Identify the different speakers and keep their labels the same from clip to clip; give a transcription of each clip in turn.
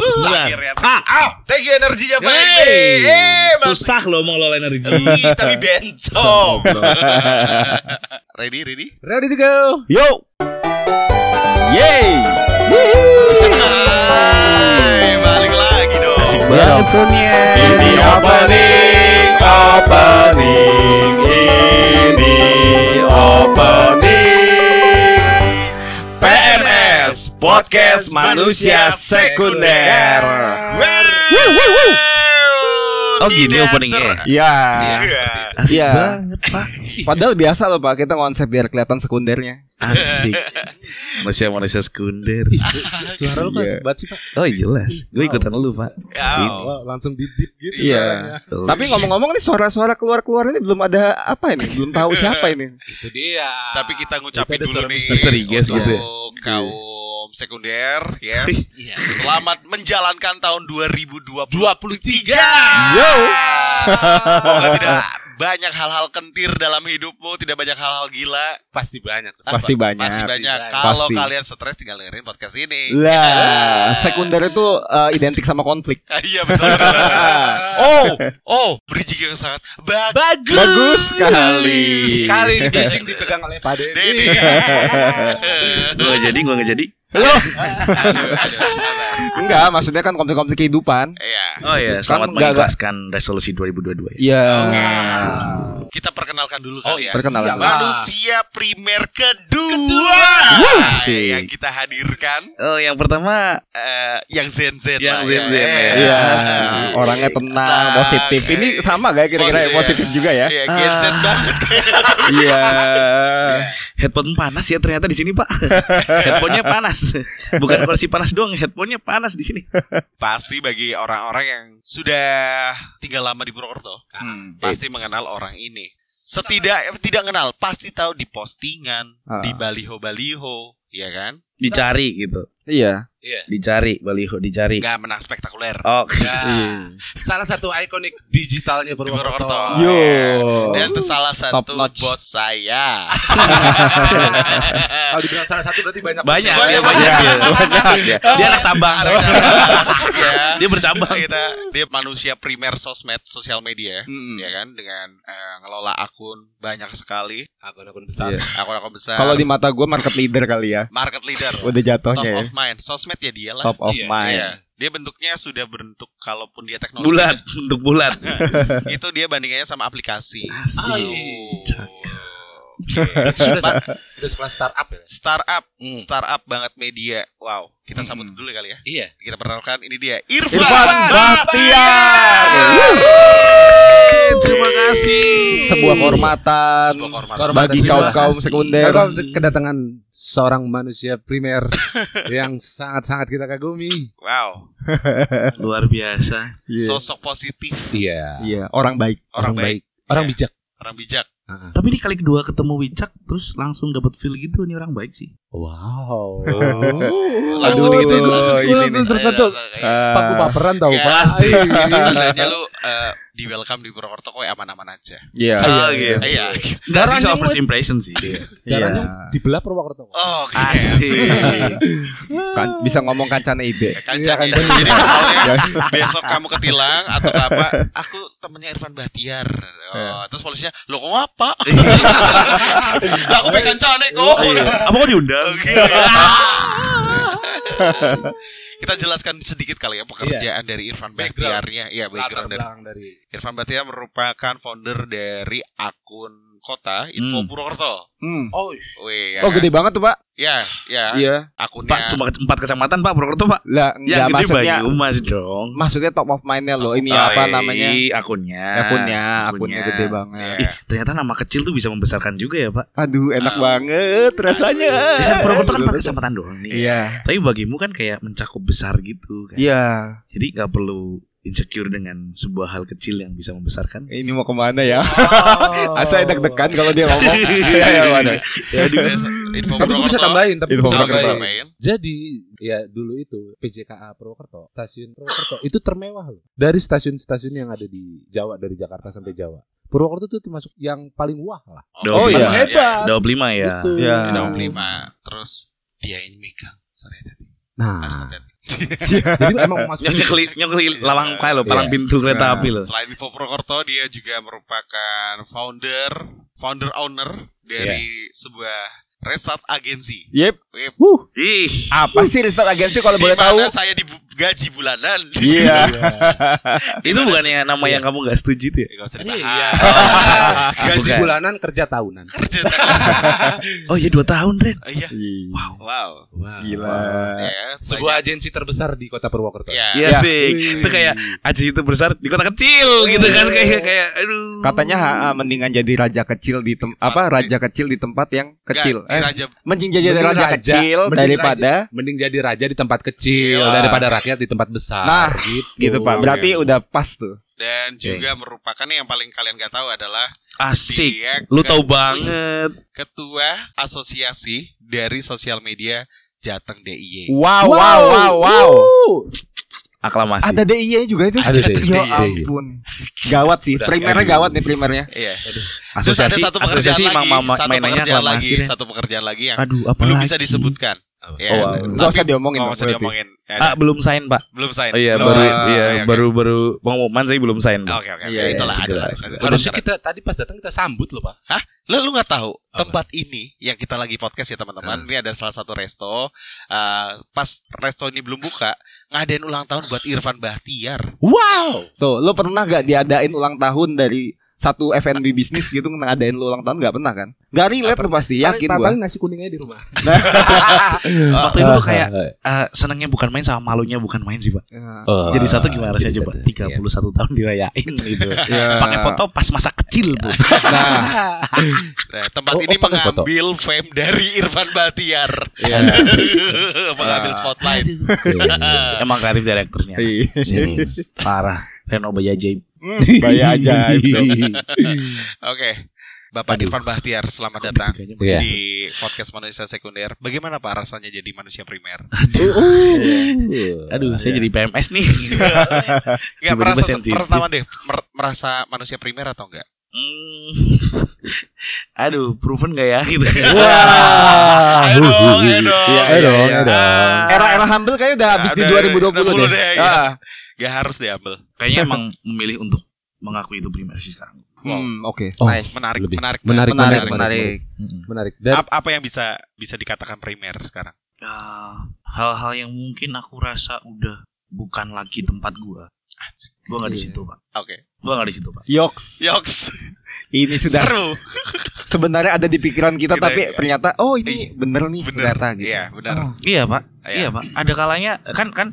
Speaker 1: Akhirnya.
Speaker 2: Ah.
Speaker 1: Ah, thank you energinya Pak
Speaker 2: Hey,
Speaker 1: Ibe. Eh, Mas
Speaker 2: susah loh mengelola energi.
Speaker 1: Ih, tapi bencong. ready, ready?
Speaker 3: Ready to go.
Speaker 2: Yo. Yay.
Speaker 1: Hai, balik lagi dong.
Speaker 2: Asik
Speaker 3: Bang
Speaker 4: Iya.
Speaker 2: banget.
Speaker 3: Sonia.
Speaker 2: Ini
Speaker 1: opening, opening, ini opening PMS Podcast Manusia Sekunder.
Speaker 2: Oh, gini
Speaker 1: Tidak
Speaker 2: openingnya.
Speaker 1: ter-
Speaker 3: Iya.
Speaker 1: Iya.
Speaker 2: Asik
Speaker 3: Iya.
Speaker 2: banget, Pak.
Speaker 3: Padahal biasa loh Pak, kita konsep biar kelihatan sekundernya.
Speaker 2: Asik. Manusia-manusia sekunder.
Speaker 4: Suara lu kan
Speaker 3: Iya.
Speaker 4: asik banget sih pak
Speaker 2: Oh, jelas. Gue ikutan lu, Pak.
Speaker 1: Wow.
Speaker 4: Wah, Langsung didip gitu
Speaker 3: Iya.
Speaker 4: suaranya.
Speaker 2: Oh,
Speaker 3: Tapi
Speaker 2: shit.
Speaker 3: ngomong-ngomong nih suara-suara keluar-keluar ini belum ada apa ini? Belum tahu siapa ini.
Speaker 4: Itu dia
Speaker 1: Tapi kita ngucapin
Speaker 4: Daripada
Speaker 1: dulu
Speaker 4: suara
Speaker 1: nih
Speaker 2: misteri, guys,
Speaker 1: untuk
Speaker 2: gitu ya.
Speaker 1: kaum sekunder, yes. Selamat menjalankan tahun 2023.
Speaker 4: 23
Speaker 3: Yo.
Speaker 1: Semoga tidak banyak hal-hal kentir dalam hidupmu, tidak banyak hal-hal gila.
Speaker 4: Pasti banyak
Speaker 3: Pasti banyak.
Speaker 1: Masih banyak.
Speaker 4: Pasti.
Speaker 1: Kalau
Speaker 3: Pasti.
Speaker 1: kalian stres tinggal dengerin podcast ini.
Speaker 3: Lah, sekunder itu eh, identik sama konflik.
Speaker 1: Ah, Iya betul. betul, betul. oh, oh, bridging yang sangat bagus.
Speaker 4: Bagus
Speaker 3: Bagus sekali.
Speaker 4: Sekali ini bridging dipegang oleh Pak
Speaker 1: Dedi.
Speaker 4: Dedi
Speaker 2: Gue gak jadi, gue gak jadi.
Speaker 1: aduh, aduh, sabar.
Speaker 3: Enggak, maksudnya kan konflik-konflik kehidupan.
Speaker 1: Iya.
Speaker 2: Oh ya,
Speaker 3: Kan
Speaker 2: selamat
Speaker 3: nggak-
Speaker 2: mengikhlaskan resolusi 2022 ya.
Speaker 3: Iya.
Speaker 1: Kita perkenalkan dulu kan.
Speaker 4: Oh iya
Speaker 3: Perkenalan.
Speaker 4: Iyalah.
Speaker 1: Manusia primer kedua, Nah,
Speaker 2: asik.
Speaker 1: yang kita hadirkan
Speaker 2: Oh, yang pertama
Speaker 1: eh, yang Zen Zen
Speaker 2: Yang zen-zen, ya.
Speaker 3: Iya,
Speaker 2: Asik.
Speaker 3: orangnya tenang,
Speaker 1: Tenang,
Speaker 3: positif. Ini
Speaker 1: eh,
Speaker 3: sama gak kira-kira ya? positif juga ya?
Speaker 1: Iya, Gen Z banget.
Speaker 3: Iya.
Speaker 2: headphone panas ya ternyata di sini, Pak. Headphonenya panas. Bukan kursi panas doang, headphonenya panas di sini.
Speaker 1: Pasti bagi orang-orang yang sudah tinggal lama di Purwokerto, pasti
Speaker 2: Eits.
Speaker 1: mengenal orang ini. Setidak eh, tidak kenal, pasti tahu di postingan,
Speaker 3: Ah.
Speaker 1: di baliho-baliho, ya kan?
Speaker 2: Dicari gitu.
Speaker 3: Iya.
Speaker 4: Iya
Speaker 2: Dicari baliho dicari. Oh,
Speaker 1: Nggak menang spektakuler.
Speaker 3: Oh,
Speaker 2: Oke.
Speaker 3: iya.
Speaker 4: Ya. Salah satu ikonik digitalnya
Speaker 1: Purwokerto.
Speaker 4: Purwokerto Iya.
Speaker 3: Yo.
Speaker 1: Dan itu salah satu
Speaker 3: Top notch.
Speaker 1: bos saya.
Speaker 4: Kalau dibilang salah satu berarti banyak Iya.
Speaker 2: Banyak,
Speaker 1: Banyak,
Speaker 2: ya,
Speaker 1: banyak.
Speaker 2: banyak. ya. Dia anak cabang.
Speaker 1: ya.
Speaker 2: Dia bercabang.
Speaker 1: kita dia manusia primer sosmed sosial media
Speaker 3: Mm.
Speaker 1: ya kan dengan eh, ngelola akun banyak sekali
Speaker 4: Akun-akun besar
Speaker 3: Iya.
Speaker 1: akun-akun besar
Speaker 3: Kalau di mata gue market leader kali ya.
Speaker 1: market leader
Speaker 3: Udah
Speaker 1: top
Speaker 3: jatuhnya ya.
Speaker 1: of mind sosmed ya dialah
Speaker 3: Top of
Speaker 4: Iya,
Speaker 1: Iya.
Speaker 3: mind.
Speaker 1: dia bentuknya sudah berbentuk kalaupun dia teknologi
Speaker 2: Bulat, untuk bulat.
Speaker 1: itu dia bandingannya sama aplikasi
Speaker 4: Aduh.
Speaker 1: Oke.
Speaker 4: Sudah sudah sekolah startup ya
Speaker 1: startup
Speaker 4: Hmm.
Speaker 1: startup banget media wow kita sambut dulu kali ya
Speaker 4: Iya
Speaker 1: kita perkenalkan ini dia Irfan,
Speaker 3: Hmm. Irfan Bahtiar.
Speaker 2: Terima kasih.
Speaker 3: Sebuah kehormatan.
Speaker 1: Sebuah kehormatan.
Speaker 3: Bagi
Speaker 4: Terima
Speaker 3: kaum-kaum
Speaker 2: kasih.
Speaker 3: sekunder.
Speaker 4: Kalau kedatangan seorang manusia primer yang sangat-sangat kita kagumi.
Speaker 1: wow
Speaker 2: Luar biasa.
Speaker 3: Iya.
Speaker 1: sosok positif
Speaker 4: Iya.
Speaker 3: Iya, orang baik.
Speaker 1: orang, baik.
Speaker 4: orang Iya. bijak.
Speaker 1: orang bijak
Speaker 2: Tapi ini kali kedua ketemu Wicak terus langsung dapat feel gitu nih orang baik sih.
Speaker 4: Wow.
Speaker 1: Langsung
Speaker 4: Aduh,
Speaker 1: gitu,
Speaker 4: itu-
Speaker 1: langsung
Speaker 4: itu-
Speaker 3: ini
Speaker 4: langsung
Speaker 3: nih.
Speaker 4: tersentuh.
Speaker 3: Ah,
Speaker 4: Pak, gua baperan tau
Speaker 1: Ya,
Speaker 4: Pak. Iya.
Speaker 2: asik.
Speaker 4: gitu.
Speaker 1: Itu gitu. tandanya lu eh, di welcome di Purwokerto kok ya aman-aman aja.
Speaker 3: Iya.
Speaker 2: Oh,
Speaker 4: iya.
Speaker 2: gitu.
Speaker 1: Iya.
Speaker 2: Enggak sih
Speaker 4: Darahnya
Speaker 2: soal
Speaker 4: muat.
Speaker 2: first impression sih.
Speaker 3: Iya.
Speaker 4: Darahnya dibelah Purwokerto.
Speaker 1: Oh, oke.
Speaker 2: Asik.
Speaker 3: Kan- bisa ngomong kancane ide.
Speaker 1: Kancang ya.
Speaker 4: Iya, kancang.
Speaker 1: Jadi misalnya besok kamu ketilang atau apa, aku temennya Irfan Bahtiar. Oh, terus polisinya, lo kok apa? Lah aku pengen kancane
Speaker 4: Iya. Oh,
Speaker 1: kok.
Speaker 2: Apa kok diundang?
Speaker 1: Oke. Kita jelaskan sedikit kali ya pekerjaan dari Irfan
Speaker 4: Background.
Speaker 1: Bahtiarnya. Iya,
Speaker 4: Latar
Speaker 1: background dari
Speaker 4: belakang dari
Speaker 1: Irfan Batia merupakan founder dari akun kota Info
Speaker 2: Hmm.
Speaker 1: Purwokerto.
Speaker 3: Hmm.
Speaker 4: Oh,
Speaker 1: Wih, ya
Speaker 3: Oh,
Speaker 1: kan?
Speaker 3: gede banget tuh, Pak.
Speaker 1: Ya, ya.
Speaker 3: Iya.
Speaker 1: Akunnya.
Speaker 2: Pak, cuma empat kecamatan Pak Purwokerto Pak. Yang
Speaker 3: Lah, enggak
Speaker 2: gede
Speaker 3: maksudnya
Speaker 2: Bayu Mas dong.
Speaker 3: maksudnya top of mind-nya loh. Ini
Speaker 2: Tai,
Speaker 3: apa namanya?
Speaker 2: Iya, Akunnya.
Speaker 3: Akunnya, akunnya gede
Speaker 1: Ya.
Speaker 3: banget.
Speaker 2: Ih, ternyata nama kecil tuh bisa membesarkan juga ya Pak.
Speaker 3: Aduh, enak banget rasanya.
Speaker 2: Ya kan Purwokerto kan empat kecamatan doang nih.
Speaker 3: Iya.
Speaker 2: Tapi bagimu kan kayak mencakup besar gitu kan.
Speaker 3: Iya.
Speaker 2: Jadi nggak perlu insecure dengan sebuah hal kecil yang bisa membesarkan.
Speaker 1: Eh,
Speaker 3: Ini mau kemana ya?
Speaker 4: Oh.
Speaker 3: Asa deg-degan kalau dia ngomong. Iya, iya, waduh.
Speaker 2: Ya,
Speaker 1: Ada Info
Speaker 4: Tapi gue bisa
Speaker 1: Purwokerto.
Speaker 4: tambahin, tapi
Speaker 3: Info
Speaker 4: gua bisa
Speaker 1: Bisa
Speaker 3: Purwokerto.
Speaker 4: tambahin.
Speaker 1: ditambahin.
Speaker 4: Jadi, ya dulu itu PJKA Purwokerto, stasiun Purwokerto itu termewah loh. Dari stasiun-stasiun yang ada di Jawa dari Jakarta sampai Jawa. Purwokerto itu termasuk yang paling wah lah.
Speaker 2: Oh,
Speaker 3: iya.
Speaker 4: Hebat.
Speaker 2: Dua puluh lima ya.
Speaker 4: Betul.
Speaker 3: Iya.
Speaker 1: Daun lima. Terus dia ini megang. Sorry, tadi. Harus
Speaker 4: Nah,
Speaker 1: hati-hati.
Speaker 4: jadi emang masuk
Speaker 2: Yang nyekeli, nyekeli lawang kae lo, palang
Speaker 4: Iya.
Speaker 2: pintu kereta
Speaker 4: Nah.
Speaker 2: api lo.
Speaker 1: Selain Vivo Purwokerto, dia juga merupakan founder, founder owner dari sebuah Restart Agency.
Speaker 5: Yep.
Speaker 1: Yep.
Speaker 5: Huh,
Speaker 2: Ih,
Speaker 5: apa sih riset agensi kalau
Speaker 1: Di
Speaker 5: boleh tahu?
Speaker 1: mana saya digaji bulanan.
Speaker 5: Iya.
Speaker 2: itu bukannya nama yang
Speaker 1: Iya.
Speaker 2: kamu gak setuju itu ya?
Speaker 1: Gak usah
Speaker 4: Iya.
Speaker 1: dibahas.
Speaker 4: gaji
Speaker 2: Bukan.
Speaker 4: bulanan kerja tahunan.
Speaker 1: Kerja tangan.
Speaker 2: Oh iya 2 tahun Ren.
Speaker 1: Iya.
Speaker 5: Ih,
Speaker 1: Wow.
Speaker 4: Wow.
Speaker 5: Gila.
Speaker 3: Eh,
Speaker 1: Ya,
Speaker 4: Sebuah agensi terbesar di Kota Purwokerto.
Speaker 1: Ya.
Speaker 2: Iya sih. Itu kayak aja itu besar di kota kecil gitu kan kayak kayak aduh.
Speaker 3: Katanya ha, mendingan jadi raja kecil di tem- apa raja kecil di tempat yang kecil.
Speaker 1: Nggak, di
Speaker 3: Eh,
Speaker 1: Raja
Speaker 3: mending jadi
Speaker 4: Mending
Speaker 3: raja, kecil
Speaker 4: mending
Speaker 3: daripada
Speaker 4: raja- mending jadi raja di tempat kecil
Speaker 1: Iya.
Speaker 4: daripada rakyat di tempat besar.
Speaker 3: Nah,
Speaker 4: gitu,
Speaker 3: gitu Pak. Berarti udah pas tuh.
Speaker 1: dan juga merupakan yang paling kalian gak tahu adalah
Speaker 2: asik.
Speaker 1: dia
Speaker 2: Lu
Speaker 1: ke-
Speaker 2: tahu banget.
Speaker 1: ketua asosiasi dari sosial media Jateng DIY.
Speaker 3: Wow, wow, wow, wow.
Speaker 2: Aklamasi.
Speaker 3: Ada DIY juga itu.
Speaker 4: Ada DIY.
Speaker 3: Ya ampun. Gawat sih.
Speaker 4: Udah,
Speaker 3: Primernya
Speaker 4: aduh.
Speaker 3: gawat nih primernya.
Speaker 1: Iya. Terus ada
Speaker 2: asosiasi
Speaker 1: satu pekerjaan
Speaker 2: asosiasi
Speaker 1: lagi,
Speaker 2: emang mama
Speaker 1: satu
Speaker 2: mainannya
Speaker 1: pekerjaan lagi,
Speaker 2: aklamasi. Ren.
Speaker 1: satu pekerjaan lagi yang
Speaker 2: Aduh, apa
Speaker 1: belum
Speaker 2: lagi?
Speaker 1: bisa disebutkan. Ya,
Speaker 2: wow.
Speaker 1: tapi
Speaker 3: Enggak usah diomongin.
Speaker 1: nggak
Speaker 3: dong,
Speaker 1: usah
Speaker 3: berarti.
Speaker 1: diomongin. Ya,
Speaker 2: Ah, belum sign, Pak.
Speaker 1: belum sign.
Speaker 2: Oh, iya,
Speaker 1: Belum
Speaker 2: baru
Speaker 1: sign.
Speaker 2: iya,
Speaker 1: Ah, oke,
Speaker 2: baru baru pengumuman saya belum sign,
Speaker 1: Oke
Speaker 2: Pak.
Speaker 1: oke. oke.
Speaker 3: Iya,
Speaker 1: Itulah
Speaker 2: iya,
Speaker 1: adalah.
Speaker 2: segera.
Speaker 4: Harusnya kita tadi pas datang kita sambut loh, Pak.
Speaker 1: Lah, lu nggak tahu tempat ini yang kita lagi podcast ya teman-teman. Ini ada salah satu resto. eh, pas resto ini belum buka, ngadain ulang tahun buat Irfan Bahtiar.
Speaker 4: Wow.
Speaker 3: Tuh, lo pernah gak diadain ulang tahun dari satu F&B bisnis gitu ngadain lo ulang tahun gak pernah kan? Gak relate lo pasti yakin
Speaker 4: Paling-
Speaker 3: gua.
Speaker 4: paling nasi kuningnya di rumah.
Speaker 2: Waktu itu tuh kayak eh, senangnya bukan main sama malunya bukan main sih, Pak.
Speaker 3: Iya. ah.
Speaker 2: Ah,
Speaker 4: Ah,
Speaker 2: Jadi satu gimana saya coba
Speaker 4: iya.
Speaker 2: 31 tahun dirayain gitu.
Speaker 3: Ah.
Speaker 2: Pakai foto pas masa kecil, Bu.
Speaker 1: Nah, tempat
Speaker 4: Oh,
Speaker 1: ini
Speaker 4: oh, pakai foto.
Speaker 1: mengambil fame dari Irfan Bahtiar. mengambil spotlight.
Speaker 4: iya.
Speaker 2: Emang kreatif direkturnya.
Speaker 3: Iya.
Speaker 2: Serius. Parah. Reno Bayi ajaib.
Speaker 3: Bayar aja.
Speaker 1: Oke. Bapak Irfan Bahtiar, selamat datang
Speaker 2: Kayaknya
Speaker 4: Iya.
Speaker 1: di podcast manusia sekunder. Bagaimana Pak rasanya jadi manusia primer?
Speaker 4: Iya.
Speaker 2: Aduh, saya jadi PMS nih.
Speaker 1: Enggak
Speaker 2: Tiba-tiba
Speaker 1: merasa
Speaker 2: sensitif.
Speaker 1: pertama deh mer- merasa manusia primer atau enggak?
Speaker 2: Hmm. Aduh, proven gak ya gitu.
Speaker 1: Ayo dong, ayo dong.
Speaker 3: Iya,
Speaker 4: Ayo dong,
Speaker 3: iya.
Speaker 4: ayo dong.
Speaker 3: Era-era humble kayaknya udah habis di
Speaker 1: Udah, 2020
Speaker 3: 2020 deh.
Speaker 1: deh, iya.
Speaker 3: Ah,
Speaker 1: Gak harus diambil.
Speaker 2: Kayaknya emang memilih untuk mengakui itu primer sih sekarang.
Speaker 3: hmm, oke.
Speaker 4: Oh,
Speaker 3: Nice.
Speaker 1: Menarik,
Speaker 4: Lebih.
Speaker 1: menarik,
Speaker 4: Menarik,
Speaker 3: Menarik,
Speaker 4: menarik,
Speaker 3: menarik.
Speaker 2: Hmm.
Speaker 4: Menarik. Dan
Speaker 1: Ap- apa yang bisa bisa dikatakan primer sekarang?
Speaker 2: Ah, hal-hal yang mungkin aku rasa udah bukan lagi tempat gua. Gua nggak di
Speaker 3: Iya.
Speaker 2: situ, Pak.
Speaker 1: Oke.
Speaker 2: Gua nggak di situ, Pak.
Speaker 3: Yoks.
Speaker 1: Yoks.
Speaker 3: Ini sudah
Speaker 1: Ya. Seru.
Speaker 3: sebenarnya ada di pikiran
Speaker 1: Kita-
Speaker 3: kita tapi ternyata oh
Speaker 1: Iya.
Speaker 3: ini bener nih
Speaker 1: Bener.
Speaker 3: ternyata gitu.
Speaker 1: Iya,
Speaker 4: Ah, Oh,
Speaker 1: benar.
Speaker 2: Iya, Pak.
Speaker 1: Iya.
Speaker 2: Iya, Pak. Ada kalanya kan kan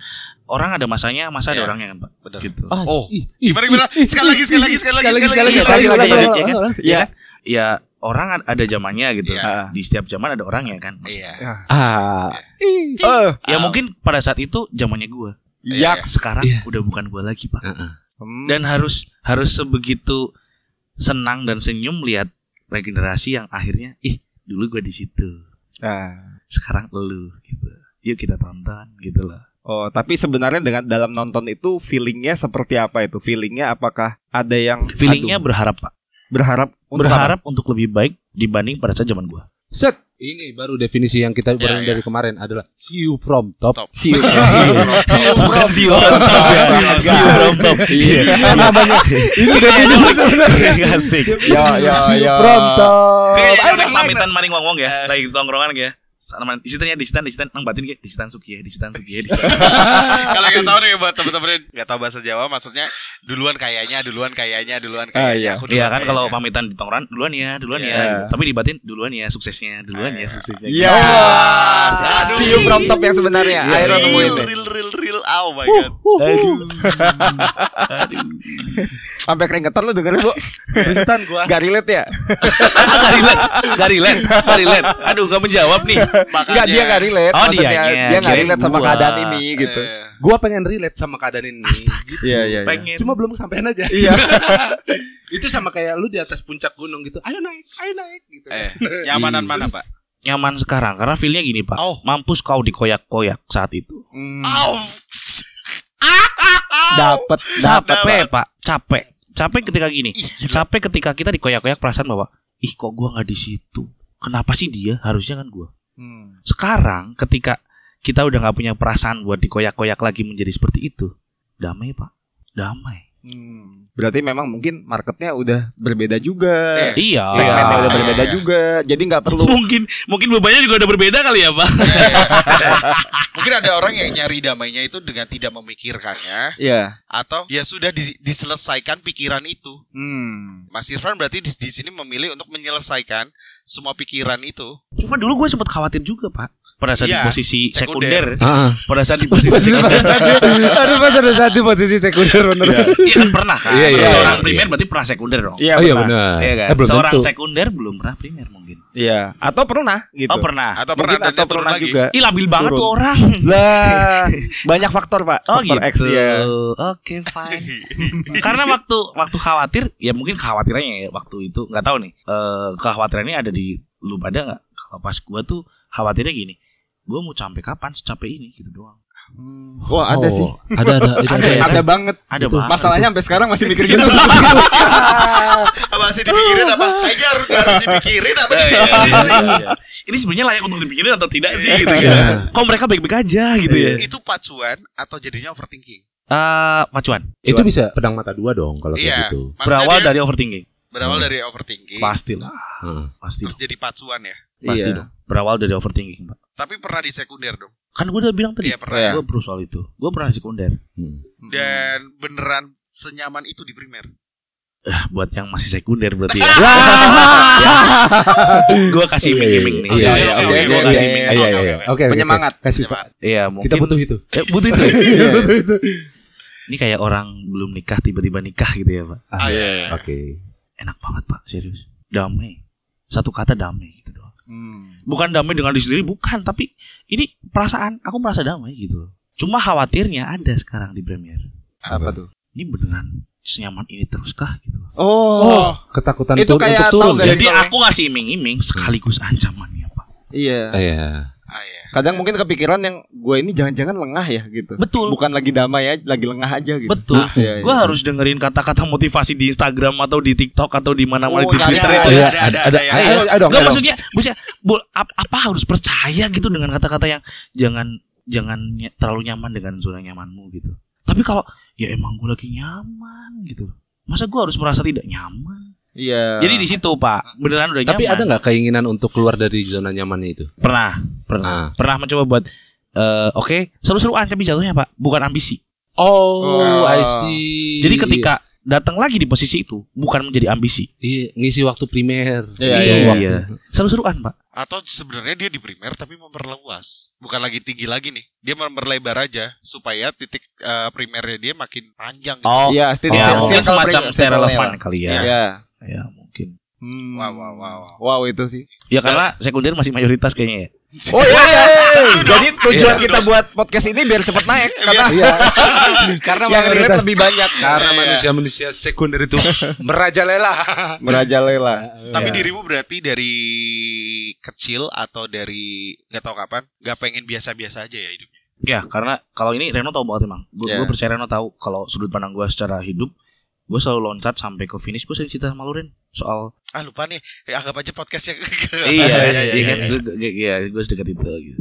Speaker 2: orang ada masanya, masa
Speaker 1: Iya.
Speaker 2: ada orangnya kan, Pak.
Speaker 1: Benar.
Speaker 2: Gitu.
Speaker 4: Ah,
Speaker 1: Oh.
Speaker 4: ih, ih,
Speaker 1: Gimana gimana? Sekali lagi, sekali lagi, sekali lagi, sekali lagi.
Speaker 2: sekali lagi,
Speaker 4: ulang,
Speaker 2: lagi,
Speaker 4: ulang,
Speaker 2: lagi,
Speaker 4: ulang, ulang.
Speaker 3: Iya.
Speaker 2: Ya, orang ad- ada zamannya gitu.
Speaker 1: Iya.
Speaker 3: Ah.
Speaker 2: Di setiap zaman ada orangnya kan.
Speaker 1: Iya.
Speaker 4: Ah,
Speaker 3: Eh,
Speaker 2: Ya
Speaker 1: Ah.
Speaker 2: mungkin pada saat itu zamannya gua.
Speaker 1: Iya,
Speaker 3: yak.
Speaker 2: Sekarang
Speaker 4: Iya.
Speaker 2: udah bukan gua lagi, Pak.
Speaker 3: Hmm.
Speaker 2: dan harus harus sebegitu senang dan senyum lihat regenerasi yang akhirnya ih dulu gue di situ
Speaker 3: Ah.
Speaker 2: sekarang lu gitu yuk kita tonton gitu loh
Speaker 3: Oh, tapi sebenarnya dengan dalam nonton itu feelingnya seperti apa itu? Feelingnya apakah ada yang
Speaker 2: feelingnya
Speaker 3: aduh,
Speaker 2: berharap pak
Speaker 3: berharap untuk
Speaker 2: berharap untuk lebih baik dibanding pada saat zaman gue
Speaker 4: set. Ini baru definisi yang kita baru
Speaker 1: iya.
Speaker 4: dari kemarin adalah see you from top.
Speaker 3: apa? Siu, siu, siu.
Speaker 2: bukan si
Speaker 4: ya.
Speaker 2: si
Speaker 3: Iya.
Speaker 4: Ini definisi
Speaker 2: Iya. asik
Speaker 3: Ya, ya,
Speaker 4: see you
Speaker 3: ya.
Speaker 4: from top.
Speaker 2: Kayaknya yang pamitan maring wong wong ya lagi tongkrongan ya sana di situ ya di situ di situ nang batin kayak di situ suki ya di situ suki ya di situ
Speaker 1: Kalau nggak tahu nih buat teman-teman yang nggak tahu bahasa Jawa, maksudnya duluan kayaknya, duluan kayaknya, duluan kayaknya.
Speaker 3: Ah, iya.
Speaker 1: Aku duluan
Speaker 2: Iya kan
Speaker 1: kayaknya.
Speaker 2: kalau pamitan di tongkrongan duluan ya, duluan
Speaker 3: Iya.
Speaker 2: ya. Tapi di batin duluan ya suksesnya, duluan ya suksesnya.
Speaker 3: Ya.
Speaker 1: Aduh.
Speaker 3: Siu from top yang sebenarnya.
Speaker 1: real,
Speaker 3: Akhirnya nemuin deh.
Speaker 1: real, real, real, oh my god.
Speaker 3: Sampai keringetan lu dengerin lu.
Speaker 4: Keringetan gua.
Speaker 3: Gak relate ya?
Speaker 2: Ah, gak relate, gak relate, gak relate. Aduh, gak menjawab nih.
Speaker 1: Makanya,
Speaker 3: Enggak dia gak relate.
Speaker 2: Oh,
Speaker 3: Maksudnya
Speaker 2: dianya.
Speaker 3: dia gak
Speaker 2: Kirain
Speaker 3: relate sama
Speaker 2: gua.
Speaker 3: keadaan ini gitu.
Speaker 1: eh,
Speaker 4: Gua pengen relate sama keadaan ini. Gitu.
Speaker 3: Iya, iya. iya.
Speaker 2: Pengen.
Speaker 4: Cuma belum sampean aja.
Speaker 3: Iya.
Speaker 4: Itu sama kayak lu di atas puncak gunung gitu. Ayo naik, ayo naik gitu.
Speaker 1: eh, nyamanan mana pak?
Speaker 2: nyaman sekarang karena feelnya gini pak.
Speaker 1: Oh.
Speaker 2: Mampus kau dikoyak-koyak saat itu.
Speaker 3: Hmm.
Speaker 1: Au.
Speaker 3: Dapet, dapet.
Speaker 2: Capek pak, capek, capek ketika gini. Capek ketika kita dikoyak-koyak perasaan bahwa ih kok gua nggak di situ. Kenapa sih dia? Harusnya kan gua.
Speaker 3: Hmm.
Speaker 2: Sekarang ketika kita udah nggak punya perasaan buat dikoyak-koyak lagi menjadi seperti itu. Damai pak, damai.
Speaker 3: Hmm, berarti memang mungkin marketnya udah berbeda juga.
Speaker 1: Eh,
Speaker 2: Iya.
Speaker 3: Segmennya udah
Speaker 1: iya.
Speaker 3: berbeda juga. Jadi nggak perlu
Speaker 2: Mungkin mungkin bebannya juga udah berbeda kali ya pak.
Speaker 1: Mungkin ada orang yang nyari damainya itu dengan tidak memikirkannya
Speaker 3: ya.
Speaker 1: atau ya sudah di- diselesaikan pikiran itu.
Speaker 3: Hmm.
Speaker 1: Mas Irfan berarti di, di sini memilih untuk menyelesaikan semua pikiran itu.
Speaker 2: Cuma dulu gue sempat khawatir juga pak. Pada saat
Speaker 1: Iya,
Speaker 2: di posisi
Speaker 1: sekunder.
Speaker 2: sekunder,
Speaker 4: Ah.
Speaker 2: pada saat di posisi sekunder,
Speaker 4: Aduh, pas ada satu posisi sekunder bener.
Speaker 2: iya kan pernah kan?
Speaker 4: Iya, iya,
Speaker 2: Seorang
Speaker 4: iya.
Speaker 2: primer berarti pernah sekunder dong.
Speaker 3: Iya,
Speaker 4: Oh iya
Speaker 3: pernah.
Speaker 4: benar.
Speaker 2: Iya kan?
Speaker 4: Eh, belum
Speaker 2: Seorang
Speaker 4: tentu.
Speaker 2: sekunder belum pernah primer mungkin.
Speaker 3: Iya. Atau pernah gitu.
Speaker 2: Oh pernah.
Speaker 1: Atau
Speaker 3: Mungkin
Speaker 1: pernah dan
Speaker 3: atau
Speaker 1: dia turun
Speaker 3: pernah
Speaker 1: lagi.
Speaker 3: juga.
Speaker 2: Ih labil banget
Speaker 3: Turun.
Speaker 2: tuh orang.
Speaker 3: Lah, banyak faktor, Pak.
Speaker 2: Oh
Speaker 3: faktor
Speaker 2: gitu.
Speaker 3: X ya.
Speaker 2: Oke fine. Karena waktu waktu khawatir ya mungkin khawatirannya ya waktu itu nggak tahu nih. Eh kekhawatirannya ada di lu pada nggak? Kalau pas gua tuh khawatirnya gini. Gua mau sampai kapan secapek ini gitu doang.
Speaker 3: Wah, ada
Speaker 4: Oh,
Speaker 3: sih.
Speaker 4: Ada ada itu ada.
Speaker 3: Ada,
Speaker 4: ya.
Speaker 3: ada banget. gitu.
Speaker 2: Ada Iya,
Speaker 4: Itu
Speaker 2: banget.
Speaker 3: Masalahnya sampai sekarang masih mikir gitu.
Speaker 1: Apa sih Ah, dipikirin apa? Kayaknya harus harus dipikirin apa
Speaker 2: Eh, iya, iya,
Speaker 1: dipikirin sih?
Speaker 2: iya. Ini sebenarnya layak untuk dipikirin atau tidak sih gitu
Speaker 4: Iya.
Speaker 2: ya. Kok mereka baik-baik aja gitu
Speaker 3: Iya.
Speaker 2: ya.
Speaker 1: Itu pacuan atau jadinya overthinking?
Speaker 2: Eh pacuan.
Speaker 4: Itu bisa pedang mata dua dong kalau kayak
Speaker 1: Iya.
Speaker 4: gitu.
Speaker 1: Maksudnya
Speaker 2: Berawal
Speaker 1: dia Iya.
Speaker 2: dari overthinking.
Speaker 1: berawal dari overthinking
Speaker 2: Pastilah,
Speaker 4: Heeh.
Speaker 2: pasti
Speaker 1: terus jadi pacuan ya.
Speaker 2: pasti
Speaker 3: Iya.
Speaker 2: dong. Berawal dari overthinking, Pak.
Speaker 1: Tapi pernah di sekunder dong.
Speaker 2: Kan gue udah bilang tadi,
Speaker 1: Iya
Speaker 2: gue
Speaker 1: pernah.
Speaker 2: perlu soal itu. Gue pernah sekunder.
Speaker 4: Hmm.
Speaker 3: Iya.
Speaker 1: Dan beneran senyaman itu di primer.
Speaker 2: Ah, buat yang masih sekunder berarti ya. Gua kasih iming-iming nih.
Speaker 4: Iya, iya,
Speaker 1: oke, oke,
Speaker 4: iya, iya,
Speaker 1: oke,
Speaker 4: iya,
Speaker 1: oke,
Speaker 4: iya,
Speaker 1: oke,
Speaker 4: iya,
Speaker 1: oke,
Speaker 4: iya.
Speaker 1: oke.
Speaker 4: Oke, oke.
Speaker 3: Penyemangat.
Speaker 4: Kasih Pak.
Speaker 2: Iya, mungkin
Speaker 4: Kita Iya. butuh itu.
Speaker 2: eh, butuh itu.
Speaker 4: Kita butuh itu.
Speaker 2: Ini kayak orang belum nikah tiba-tiba nikah gitu ya, Pak.
Speaker 4: Ah,
Speaker 1: iya, iya.
Speaker 4: Oke.
Speaker 2: Enak banget, Pak, serius. Damai. Satu kata damai gitu doang.
Speaker 3: Hmm.
Speaker 2: Bukan damai dengan diri sendiri, bukan, tapi ini perasaan aku merasa damai gitu. Cuma khawatirnya ada sekarang di premier.
Speaker 3: Apa tuh?
Speaker 2: Ini beneran senyaman ini terus kah gitu.
Speaker 3: Oh,
Speaker 4: Oh, ketakutan
Speaker 3: Itu
Speaker 4: tur- untuk
Speaker 3: kayak tahu
Speaker 4: turun.
Speaker 3: nggak
Speaker 4: ya?
Speaker 2: Jadi aku ngasih iming-iming sekaligus ancamannya, Pak.
Speaker 3: iya.
Speaker 4: Iya.
Speaker 1: Ah, iya.
Speaker 3: Kadang mungkin kepikiran yang gue ini jangan-jangan lengah ya gitu.
Speaker 2: Betul.
Speaker 3: Bukan lagi damai aja, lagi lengah aja gitu.
Speaker 2: Betul.
Speaker 3: Ah, iya, iya.
Speaker 2: Gue harus dengerin kata-kata motivasi di Instagram atau di TikTok atau di mana-mana
Speaker 3: Oh,
Speaker 2: di
Speaker 3: nggak ada,
Speaker 2: Twitter
Speaker 1: nggak
Speaker 2: itu.
Speaker 1: ada.
Speaker 4: Iya,
Speaker 1: ada,
Speaker 4: ada
Speaker 1: ada,
Speaker 4: ada.
Speaker 1: ya.
Speaker 4: Ayo, ayo dong.
Speaker 2: Gak
Speaker 4: ayo dong.
Speaker 2: maksudnya, maksudnya bo- ap- apa harus percaya gitu dengan kata-kata yang jangan jangan ny- terlalu nyaman dengan zona nyamanmu gitu. Tapi kalau ya emang gue lagi nyaman gitu. Masa gue harus merasa tidak nyaman?
Speaker 3: Iya.
Speaker 2: Jadi di situ Pak, beneran udah
Speaker 4: Tapi
Speaker 2: nyaman.
Speaker 4: ada nggak keinginan untuk keluar dari zona nyamannya itu?
Speaker 2: Pernah, pernah,
Speaker 4: Ah.
Speaker 2: pernah mencoba buat eh oke seru-seruan tapi jatuhnya Pak bukan ambisi.
Speaker 4: Oh,
Speaker 3: Oh.
Speaker 4: I see.
Speaker 3: Iya.
Speaker 2: Jadi ketika datang lagi di posisi itu bukan menjadi ambisi.
Speaker 4: Iya, ngisi waktu primer.
Speaker 3: Iya,
Speaker 4: Ngisi
Speaker 3: iya,
Speaker 4: waktu.
Speaker 2: iya. Seru-seruan Pak.
Speaker 1: Atau sebenarnya dia di primer tapi memperluas. Bukan lagi tinggi lagi nih. Dia memperlebar aja supaya titik eh, primernya dia makin panjang. gitu.
Speaker 2: Oh,
Speaker 3: Iya, setidaknya
Speaker 2: Ya,
Speaker 4: Oh.
Speaker 2: mungkin
Speaker 3: circle
Speaker 2: semacam secara
Speaker 3: primer, circle-nya
Speaker 2: relevan
Speaker 3: lah.
Speaker 2: kali
Speaker 3: Iya.
Speaker 2: ya. ya. mungkin.
Speaker 3: Hmm.
Speaker 1: Wow, wow, wow.
Speaker 3: Wow itu sih.
Speaker 2: Ya karena sekunder masih mayoritas kayaknya ya.
Speaker 3: Oh iya, iya, iya. Jadi tujuan
Speaker 1: Iya.
Speaker 3: kita buat podcast ini biar cepet naik karena
Speaker 4: Iya.
Speaker 3: karena
Speaker 4: Yang
Speaker 3: yang relate
Speaker 4: mayoritas.
Speaker 3: lebih banyak
Speaker 4: Karena manusia-manusia sekunder itu merajalela.
Speaker 3: merajalela.
Speaker 4: Oh, iya.
Speaker 1: Tapi dirimu berarti dari kecil atau dari nggak tahu kapan nggak pengen biasa-biasa aja ya hidupnya.
Speaker 2: Ya karena kalau ini Reno tahu banget emang. Gue
Speaker 3: Iya.
Speaker 2: percaya Reno tahu kalau sudut pandang gue secara hidup, gue selalu loncat sampai ke finish. Gue sering cerita sama lu Ren soal
Speaker 1: Ah lupa nih. Eh, anggap aja podcastnya.
Speaker 2: iya, iya,
Speaker 1: iya.
Speaker 2: iya, gue sedekat itu gitu.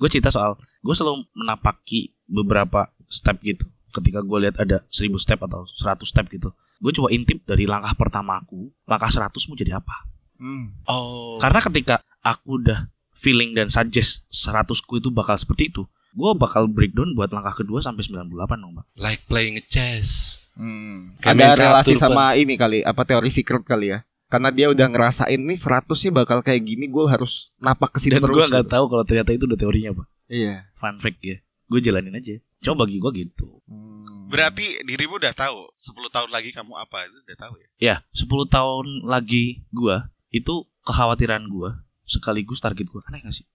Speaker 2: gue cerita soal gue selalu menapaki beberapa step gitu. Ketika gue lihat ada 1000 step atau 100 step gitu, gue coba intip dari langkah pertamaku, langkah 100 mau jadi apa? Hmm.
Speaker 4: Oh.
Speaker 2: Karena ketika aku udah feeling dan suggest 100-ku itu bakal seperti itu, gue bakal breakdown buat langkah kedua sampai 98 dong, Pak.
Speaker 4: Like playing chess. Kayak
Speaker 3: Hmm. Ada
Speaker 4: main catur,
Speaker 3: relasi
Speaker 4: Pak.
Speaker 3: sama ini kali, apa teori secret kali ya? Karena dia udah ngerasain nih 100 nih bakal kayak gini, gue harus napak ke sini
Speaker 2: Dan gue
Speaker 3: terus.
Speaker 2: nggak tahu kalau ternyata itu udah teorinya, Pak.
Speaker 3: Iya.
Speaker 2: Fun fact ya. Gue jalanin aja. Coba bagi gue gitu.
Speaker 1: Hmm. Berarti dirimu udah tahu 10 tahun lagi kamu apa itu udah tahu ya.
Speaker 2: Ya, 10 tahun lagi gue, itu kekhawatiran gue sekaligus target gue. Aneh gak sih?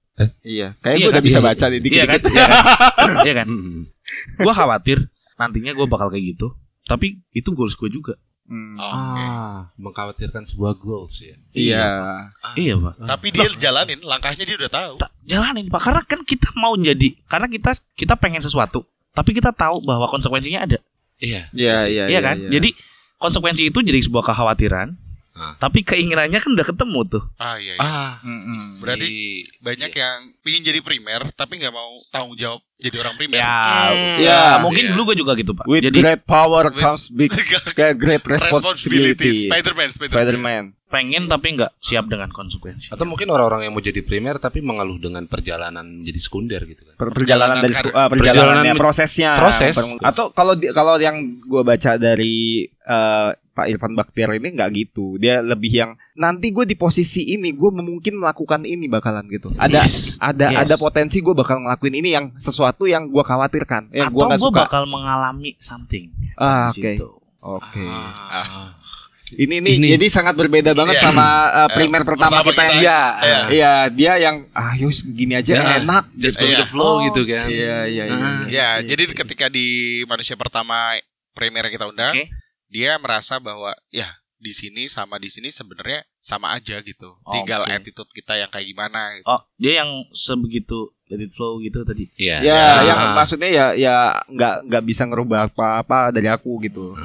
Speaker 3: Iya, kayak
Speaker 2: Iya
Speaker 3: gue udah
Speaker 4: kan?
Speaker 3: bisa
Speaker 4: Iya,
Speaker 3: baca
Speaker 4: iya.
Speaker 3: nih
Speaker 2: Iya kan?
Speaker 3: dikit-dikit.
Speaker 2: Iya kan?
Speaker 4: Mm-mm.
Speaker 2: Gue khawatir nantinya gue bakal kayak gitu. Tapi itu goals gue juga.
Speaker 3: Hmm.
Speaker 1: Oh, oke.
Speaker 4: Ah, mengkhawatirkan sebuah goals ya.
Speaker 3: Iya.
Speaker 2: Iya, Pak.
Speaker 1: Tapi dia jalanin langkahnya dia udah tahu.
Speaker 2: Ta- jalanin pak karena kan kita mau jadi karena kita kita pengen sesuatu tapi kita tahu bahwa konsekuensinya ada kan?
Speaker 4: Iya.
Speaker 3: Iya, iya.
Speaker 2: iya kan jadi konsekuensi itu jadi sebuah kekhawatiran
Speaker 4: Ah.
Speaker 2: Tapi keinginannya kan udah ketemu tuh.
Speaker 1: Ah iya. iya.
Speaker 4: Ah,
Speaker 1: Berarti banyak ya. yang pingin jadi primer tapi nggak mau tanggung jawab jadi orang primer.
Speaker 2: Ya,
Speaker 3: Ya.
Speaker 2: ya mungkin
Speaker 1: Iya.
Speaker 2: dulu gue juga gitu pak.
Speaker 3: With
Speaker 2: Jadi
Speaker 3: great power
Speaker 1: With-
Speaker 3: comes big kayak great
Speaker 1: Responsibility.
Speaker 3: responsibility.
Speaker 1: Spider-Man, Spider-Man.
Speaker 3: Spider-Man.
Speaker 2: pengen tapi nggak siap dengan konsekuensi.
Speaker 4: atau mungkin orang-orang yang mau jadi primer tapi mengeluh dengan perjalanan jadi sekunder gitu kan.
Speaker 3: Per- perjalanan dari
Speaker 1: Perjalanan
Speaker 3: sku- ah, perjalanannya
Speaker 4: perjalanan-
Speaker 3: prosesnya
Speaker 4: proses.
Speaker 3: Per- atau kalau di- kalau yang gua baca dari eh, Pak Irfan Baktiar ini nggak gitu dia lebih yang nanti gue di posisi ini gue mungkin melakukan ini bakalan gitu ada ada
Speaker 2: Yes.
Speaker 3: ada potensi gue bakal ngelakuin ini yang sesuatu yang gua khawatirkan yang gue
Speaker 2: atau
Speaker 3: nggak
Speaker 2: gue
Speaker 3: suka
Speaker 2: bakal mengalami something. di
Speaker 3: ah oke
Speaker 2: situ.
Speaker 3: oke
Speaker 1: Ah.
Speaker 3: ini, ini
Speaker 4: Ini.
Speaker 3: jadi sangat berbeda
Speaker 1: Iya.
Speaker 3: banget sama eh, primer
Speaker 1: Eh,
Speaker 3: pertama
Speaker 1: pertama
Speaker 3: kita yang
Speaker 1: kita.
Speaker 3: iya
Speaker 1: Iya.
Speaker 3: iya dia yang ah yus gini aja
Speaker 4: Ya.
Speaker 3: enak
Speaker 4: Just go with the
Speaker 1: Iya.
Speaker 4: flow gitu kan.
Speaker 3: iya iya iya
Speaker 4: Ah.
Speaker 1: Ya, jadi ketika di manusia pertama primer yang kita undang,
Speaker 2: Oke.
Speaker 1: dia merasa bahwa ya di sini sama di sini sebenarnya sama aja gitu. Tinggal
Speaker 2: Oke.
Speaker 1: attitude kita yang kayak gimana. Gitu.
Speaker 2: Oh, dia yang sebegitu let it flow gitu tadi.
Speaker 4: Iya.
Speaker 3: Ya,
Speaker 4: Ah.
Speaker 3: yang maksudnya ya ya nggak nggak bisa ngerubah apa-apa dari aku gitu.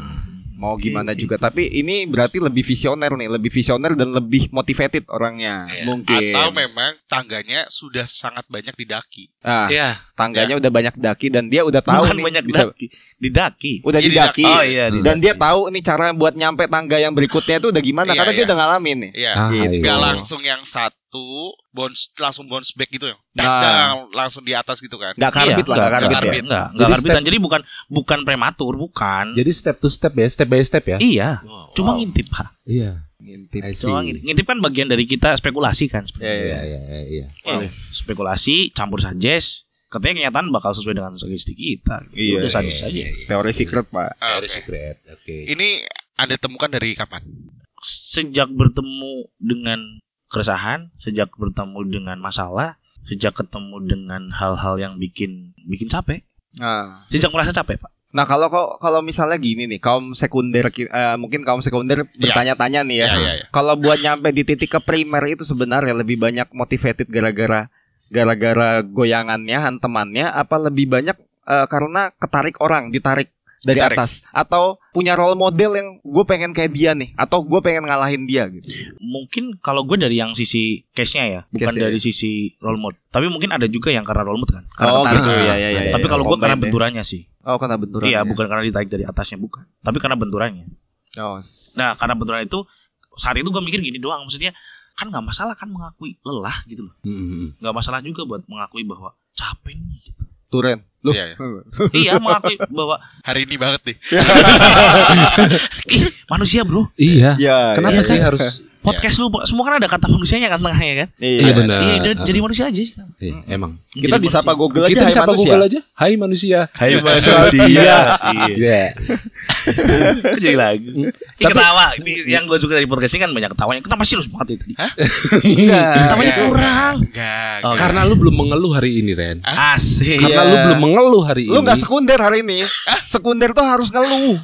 Speaker 3: Mau gimana
Speaker 2: Oke.
Speaker 3: juga, tapi ini berarti lebih visioner nih, lebih visioner dan lebih motivated orangnya.
Speaker 4: Iya.
Speaker 3: Mungkin
Speaker 1: Atau memang tangganya sudah sangat banyak didaki.
Speaker 3: Ah,
Speaker 4: Iya.
Speaker 3: tangganya udah banyak daki dan dia udah tahu
Speaker 2: Bukan
Speaker 3: nih
Speaker 2: banyak
Speaker 3: bisa
Speaker 2: daki, didaki.
Speaker 3: udah
Speaker 1: Jadi
Speaker 3: didaki.
Speaker 1: daki.
Speaker 2: Oh iya, didaki.
Speaker 3: Dan dia tahu nih cara buat nyampe tangga yang berikutnya itu udah gimana
Speaker 1: Iya,
Speaker 3: karena dia
Speaker 1: iya.
Speaker 3: udah ngalamin nih.
Speaker 1: Iya.
Speaker 4: Ah,
Speaker 1: Gak
Speaker 3: Gitu.
Speaker 4: iya.
Speaker 1: langsung yang satu bounce langsung bounce back gitu ya.
Speaker 3: Nah.
Speaker 1: Dadang, langsung di atas gitu kan.
Speaker 2: Iya,
Speaker 3: Nggak karbit lah,
Speaker 2: enggak,
Speaker 3: nggak karbit
Speaker 1: nggak
Speaker 3: ya.
Speaker 1: karbit.
Speaker 2: Enggak, enggak
Speaker 4: Jadi
Speaker 2: karbitan. Jadi bukan bukan prematur, bukan.
Speaker 3: Iya.
Speaker 4: Jadi step to step ya, step by step ya.
Speaker 2: iya,
Speaker 4: Wow.
Speaker 2: cuma ngintip, Pak.
Speaker 4: Iya.
Speaker 3: Ngintip.
Speaker 4: I see.
Speaker 2: Cuma ngintip. ngintip kan bagian dari kita spekulasi kan.
Speaker 3: Iya, iya.
Speaker 4: Iya, iya, iya, iya.
Speaker 2: Wow, spekulasi campur suggest, katanya kenyataan bakal sesuai dengan sugesti kita.
Speaker 3: Iya,
Speaker 2: Udah suggest aja.
Speaker 4: Iya, iya.
Speaker 3: Teori secret, Pak.
Speaker 1: Ah,
Speaker 4: Ada
Speaker 1: oke.
Speaker 4: secret. Oke.
Speaker 1: Ini Anda temukan dari kapan?
Speaker 2: Sejak bertemu dengan keresahan, sejak bertemu dengan masalah, sejak ketemu dengan hal-hal yang bikin bikin capek,
Speaker 3: Nah.
Speaker 2: sejak merasa capek, Pak.
Speaker 3: Nah kalau kalau- kalau misalnya gini nih kaum sekunder ki- eh, mungkin kaum sekunder bertanya-tanya nih ya.
Speaker 1: Iya, iya, iya.
Speaker 3: Kalau buat nyampe di titik ke primer itu sebenarnya lebih banyak motivated gara-gara gara-gara goyangannya hantemannya apa lebih banyak eh, karena ketarik orang ditarik dari
Speaker 1: Ditarik.
Speaker 3: atas atau punya role model yang gue pengen kayak dia nih atau gue pengen ngalahin dia gitu.
Speaker 2: Mungkin kalau gue dari yang sisi case-nya ya, bukan
Speaker 3: Case-nya
Speaker 2: dari sisi role model. Tapi mungkin ada juga yang karena role model kan. Karena
Speaker 3: oh
Speaker 2: ketarik.
Speaker 3: gitu
Speaker 4: Iya,
Speaker 3: ya ya ya.
Speaker 2: Tapi
Speaker 3: ya,
Speaker 2: kalau gue
Speaker 3: combine
Speaker 2: karena
Speaker 3: ya.
Speaker 2: benturannya sih.
Speaker 3: Oh karena benturan.
Speaker 2: Iya,
Speaker 3: ya.
Speaker 2: bukan karena ditarik dari atasnya bukan, tapi karena benturannya.
Speaker 3: Oh, s-
Speaker 2: Nah, karena benturan itu saat itu gue mikir gini doang, maksudnya kan nggak masalah kan mengakui lelah gitu loh,
Speaker 4: Hmm.
Speaker 2: nggak masalah juga buat mengakui bahwa capek nih. Gitu.
Speaker 3: Turen. Lu.
Speaker 1: Iya, iya.
Speaker 2: iya, mengakui bahwa
Speaker 1: Hari ini banget nih.
Speaker 2: ih manusia bro,
Speaker 4: Iya.
Speaker 3: Iya.
Speaker 4: Kenapa
Speaker 3: iya,
Speaker 4: sih
Speaker 3: iya.
Speaker 4: harus
Speaker 2: podcast lu semua kan ada kata manusianya kan tengahnya kan?
Speaker 4: Iya
Speaker 3: Iya.
Speaker 4: benar.
Speaker 2: Iya, jadi- jadi manusia aja. sih.
Speaker 4: Iya, emang.
Speaker 3: Kita
Speaker 2: Jadi
Speaker 3: disapa
Speaker 2: manusia.
Speaker 3: Google aja.
Speaker 4: Kita
Speaker 3: hai
Speaker 4: bisa
Speaker 3: manusia.
Speaker 4: Google aja. Hai manusia.
Speaker 2: Hai manusia. Iya.
Speaker 4: Iya.
Speaker 2: Jadi lagu. Ih,
Speaker 4: Tapi-
Speaker 2: ketawa. Ini yang gue suka dari podcast ini kan banyak ketawanya. Kenapa sih lu semangat itu?
Speaker 3: Enggak.
Speaker 2: Ketawanya
Speaker 1: Iya.
Speaker 2: kurang.
Speaker 1: Enggak.
Speaker 2: Oh,
Speaker 4: Karena lu belum mengeluh hari ini, Ren.
Speaker 2: Asik.
Speaker 4: Karena
Speaker 3: Iya.
Speaker 4: lu belum mengeluh hari ini.
Speaker 3: Lu nggak sekunder hari ini. Sekunder tuh harus ngeluh.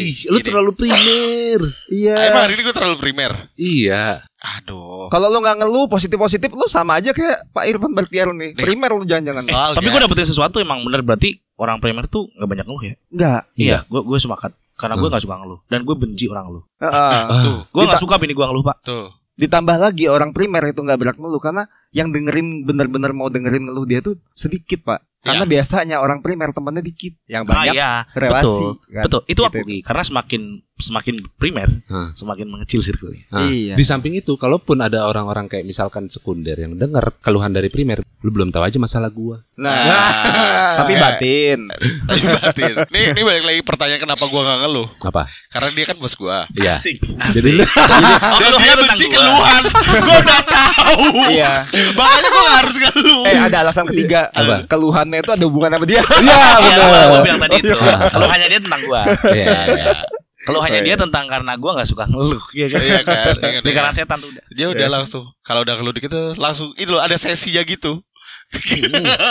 Speaker 4: Ih, lu
Speaker 1: Gini.
Speaker 4: terlalu primer.
Speaker 1: Ah, Emang
Speaker 3: Iya.
Speaker 1: hari ini gue terlalu primer.
Speaker 4: Iya.
Speaker 1: Aduh.
Speaker 3: Kalau lu nggak ngeluh positif positif, lu sama aja kayak Pak Irfan Bertiar nih.
Speaker 1: Nih.
Speaker 3: Primer lu jangan-jangan.
Speaker 1: Soalnya,
Speaker 2: Tapi gue dapetin sesuatu emang bener berarti orang primer tuh nggak banyak ngeluh ya.
Speaker 3: Enggak.
Speaker 2: Iya, gue gue sepakat karena gue nggak suka ngeluh dan gue benci orang ngeluh.
Speaker 3: Heeh.
Speaker 4: Ah,
Speaker 1: tuh,
Speaker 2: Gue nggak
Speaker 3: Hmm. Kita-
Speaker 2: suka bini gue ngeluh pak.
Speaker 1: tuh.
Speaker 3: Ditambah lagi orang primer itu nggak berat ngeluh karena yang dengerin bener-bener mau dengerin ngeluh dia tuh sedikit pak. Karena biasanya orang primer temannya dikit, yang
Speaker 2: ah,
Speaker 3: banyak
Speaker 2: iya,
Speaker 3: relasi.
Speaker 2: betul.
Speaker 3: kan?
Speaker 2: Betul, itu
Speaker 3: Gitu. Hmm.
Speaker 2: aku Ki. karena semakin semakin primer,
Speaker 4: Hah.
Speaker 2: semakin mengecil circle-nya.
Speaker 4: Nah,
Speaker 3: Iya.
Speaker 4: Di samping itu, kalaupun ada orang-orang kayak misalkan sekunder yang dengar keluhan dari primer, lu belum tahu aja masalah gua.
Speaker 3: Nah,
Speaker 1: Ah.
Speaker 3: tapi batin.
Speaker 1: Tapi batin. Nih, nih balik lagi pertanyaan kenapa gue gak ngeluh?
Speaker 4: Apa?
Speaker 1: Karena dia kan bos gue.
Speaker 4: Iya.
Speaker 2: Asik.
Speaker 4: Jadi
Speaker 2: Asik.
Speaker 4: lu
Speaker 2: Oh,
Speaker 1: Dan
Speaker 2: keluhannya
Speaker 1: dia
Speaker 2: tentang
Speaker 1: benci
Speaker 2: gua.
Speaker 1: keluhan. gue udah tahu.
Speaker 3: Iya.
Speaker 1: Makanya gue gak harus ngeluh.
Speaker 3: Eh ada alasan ketiga.
Speaker 4: Apa?
Speaker 3: Keluhannya itu ada hubungan sama dia.
Speaker 2: Iya, gue bilang tadi itu.
Speaker 1: Iya.
Speaker 2: Keluhannya dia tentang gue.
Speaker 4: Iya, iya.
Speaker 2: Keluhannya dia tentang karena gue nggak suka ngeluh. Iya kan?
Speaker 1: Iya kan, iya kan.
Speaker 2: Lingkaran setan tuh udah.
Speaker 4: Iya.
Speaker 1: Dia udah langsung. Kalau udah ngeluh dikit tuh langsung. Itu loh ada sesinya gitu.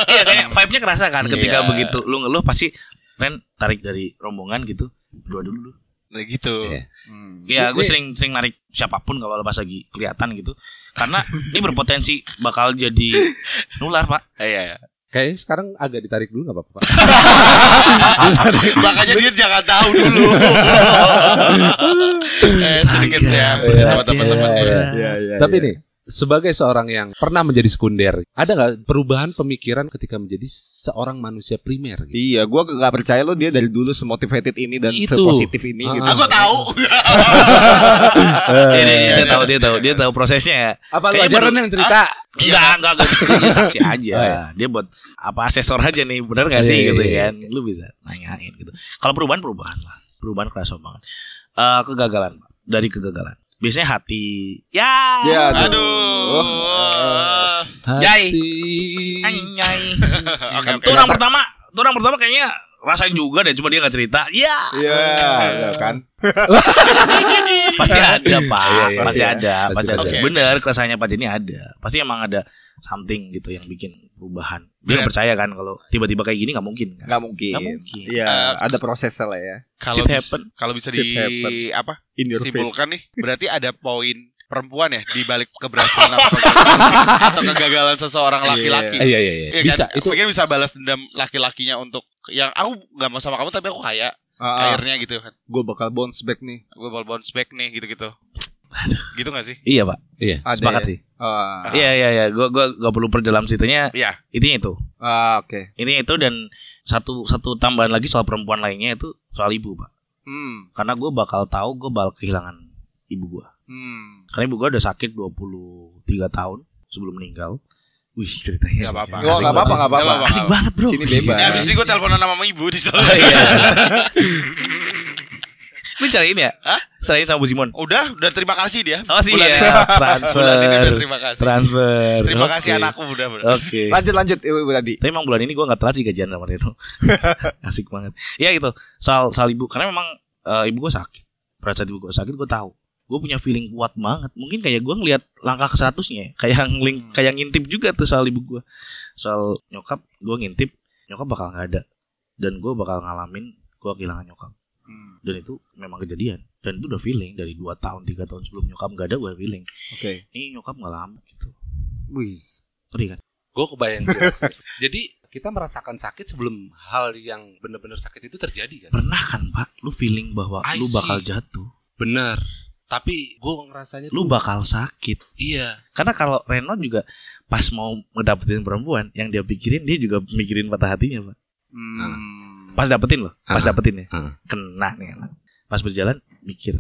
Speaker 2: Iya kayak vibe-nya kerasa kan ketika
Speaker 1: Iya.
Speaker 2: begitu lu ngeluh pasti Ren tarik dari rombongan gitu. Berdua dulu lu.
Speaker 1: Nah gitu.
Speaker 4: Iya.
Speaker 2: Ya, gue sering sering narik siapapun kalau lepas lagi kelihatan gitu. Karena ini berpotensi bakal jadi nular, Pak.
Speaker 1: Iya.
Speaker 4: Kayaknya sekarang agak ditarik dulu nggak apa-apa.
Speaker 1: Makanya dia jangan tahu dulu. eh, sedikit ya,
Speaker 4: Agak.
Speaker 1: bersama teman-teman.
Speaker 4: Iya, iya.
Speaker 3: Iya, iya,
Speaker 4: Tapi
Speaker 3: iya.
Speaker 4: nih sebagai seorang yang pernah menjadi sekunder, ada nggak perubahan pemikiran ketika menjadi seorang manusia primer? Gitu?
Speaker 3: Iya, gua nggak percaya lo dia dari dulu semotivated ini dan
Speaker 4: Itu.
Speaker 3: sepositif ini
Speaker 4: Ah.
Speaker 3: gitu.
Speaker 1: Aku tahu.
Speaker 2: Dia, dia, dia
Speaker 1: Iya,
Speaker 2: tahu, dia tahu, dia tahu prosesnya ya.
Speaker 4: Apa lu
Speaker 2: Kayaknya
Speaker 4: ajaran
Speaker 2: menurut-
Speaker 4: yang cerita?
Speaker 2: Enggak, enggak, enggak. Dia saksi aja.
Speaker 4: Oh, iya.
Speaker 2: Dia buat apa asesor aja nih, benar gak
Speaker 4: Iya, iya,
Speaker 2: sih gitu
Speaker 4: iya.
Speaker 2: kan? Lu bisa nanyain gitu. Kalau perubahan perubahan lah, perubahan kerasa banget. Eh kegagalan, Pak. dari kegagalan. Biasanya hati, ya,
Speaker 3: Ya,
Speaker 1: Aduh.
Speaker 2: Jai.
Speaker 4: Hati.
Speaker 2: anjay.
Speaker 1: Oke, oke.
Speaker 2: Itu orang pertama, itu orang pertama kayaknya rasain juga deh, cuma dia gak cerita. Ya,
Speaker 3: Iya, iya kan.
Speaker 2: pasti ada pak,
Speaker 4: Iya, iya,
Speaker 2: pasti
Speaker 4: iya.
Speaker 2: ada,
Speaker 4: Pasti
Speaker 2: pasti
Speaker 4: ada.
Speaker 2: ada.
Speaker 1: Oke.
Speaker 2: Bener kesannya Pak Denny ada, pasti emang ada something gitu yang bikin perubahan. Dia nggak percaya kan kalau tiba-tiba kayak gini nggak mungkin kan?
Speaker 3: Nggak mungkin.
Speaker 2: Nggak mungkin.
Speaker 3: Iya,
Speaker 1: Eh,
Speaker 3: ada prosesnya lah ya.
Speaker 1: Kalau
Speaker 2: Shit
Speaker 1: bis-
Speaker 2: happen.
Speaker 1: kalau bisa
Speaker 3: Shit
Speaker 1: di
Speaker 3: happen.
Speaker 1: apa?
Speaker 3: In your face.
Speaker 1: simpulkan nih, berarti ada poin perempuan ya di balik keberhasilan atau, atau kegagalan seseorang laki-laki.
Speaker 4: Eh, Iya iya iya.
Speaker 1: Iya
Speaker 4: Bisa
Speaker 1: kan?
Speaker 4: itu.
Speaker 1: mungkin bisa balas dendam laki-lakinya untuk yang aku nggak mau sama kamu tapi aku kaya
Speaker 3: Ah, ah,
Speaker 1: akhirnya gitu kan
Speaker 3: gua bakal bounce back nih.
Speaker 1: gue bal bounce back nih gitu-gitu gitu gak sih
Speaker 2: Iya pak,
Speaker 3: Ada
Speaker 2: sepakat
Speaker 3: ya?
Speaker 2: sih.
Speaker 3: Ah,
Speaker 1: Ah.
Speaker 2: Iya iya iya, gua gua gak perlu perdalam situnya.
Speaker 1: Iya.
Speaker 2: Intinya itu,
Speaker 3: ah, oke.
Speaker 2: intinya itu dan satu satu tambahan lagi soal perempuan lainnya itu soal ibu pak.
Speaker 3: Hmm.
Speaker 2: Karena gue bakal tahu gue bakal kehilangan ibu gua
Speaker 3: Hmm.
Speaker 2: Karena ibu gua udah sakit 23 tahun sebelum meninggal. Wih ceritanya.
Speaker 1: Nggak apa-apa. Oh,
Speaker 2: Asik
Speaker 3: Gua nggak apa-apa, nggak
Speaker 1: Nggak
Speaker 3: apa-apa.
Speaker 1: apa-apa.
Speaker 2: Asik banget bro. Iya. Oh,
Speaker 3: Sini bebas.
Speaker 1: ya abis ini gue teleponan sama ibu di sana
Speaker 2: Lu cariin ya?
Speaker 1: Hah?
Speaker 2: Cariin sama Bu Simon.
Speaker 1: udah udah terima kasih dia
Speaker 2: Oh sih
Speaker 1: Bulan ini.
Speaker 2: ya,
Speaker 1: bulan ini udah
Speaker 2: transfer.
Speaker 1: terima kasih
Speaker 2: Transfer.
Speaker 1: terima
Speaker 2: Oke.
Speaker 1: kasih anakku udah bener.
Speaker 2: Oke.
Speaker 3: Lanjut lanjut Ibu Ibu tadi.
Speaker 2: Tapi emang bulan ini gue gak telat sih gajian sama Reno Asik banget Ya gitu Soal, soal ibu Karena memang eh, Ibu gue sakit Pada saat ibu gue sakit gue tahu Gue punya feeling kuat banget Mungkin kayak gue ngelihat langkah ke seratusnya ya. Kayak,
Speaker 4: Hmm.
Speaker 2: ngeling, kayak ngintip juga tuh soal ibu gue Soal nyokap Gue ngintip Nyokap bakal gak ada Dan gue bakal ngalamin Gue kehilangan nyokap
Speaker 4: Hmm.
Speaker 2: Dan itu memang kejadian Dan itu udah feeling Dari 2 tahun 3 tahun sebelum nyokap gak ada gue feeling
Speaker 3: Oke.
Speaker 2: Ini nyokap gak lama gitu
Speaker 3: Wih.
Speaker 2: Ngeri kan
Speaker 4: Gue kebayang. gua. Jadi kita merasakan sakit sebelum hal yang benar-benar sakit itu terjadi kan?
Speaker 2: Pernah kan pak Lu feeling bahwa
Speaker 4: I
Speaker 2: Lu
Speaker 4: see.
Speaker 2: bakal jatuh
Speaker 4: Bener. Tapi gue ngerasanya
Speaker 2: lu bakal sakit.
Speaker 4: iya.
Speaker 2: Karena kalau Reno juga pas mau ngedapetin perempuan, yang dia pikirin dia juga mikirin patah hatinya, Pak.
Speaker 3: Hmm.
Speaker 2: Pas dapetin loh, pas
Speaker 4: Ah,
Speaker 2: dapetin ya.
Speaker 4: ah.
Speaker 2: Kena nih anak. Pas berjalan mikir.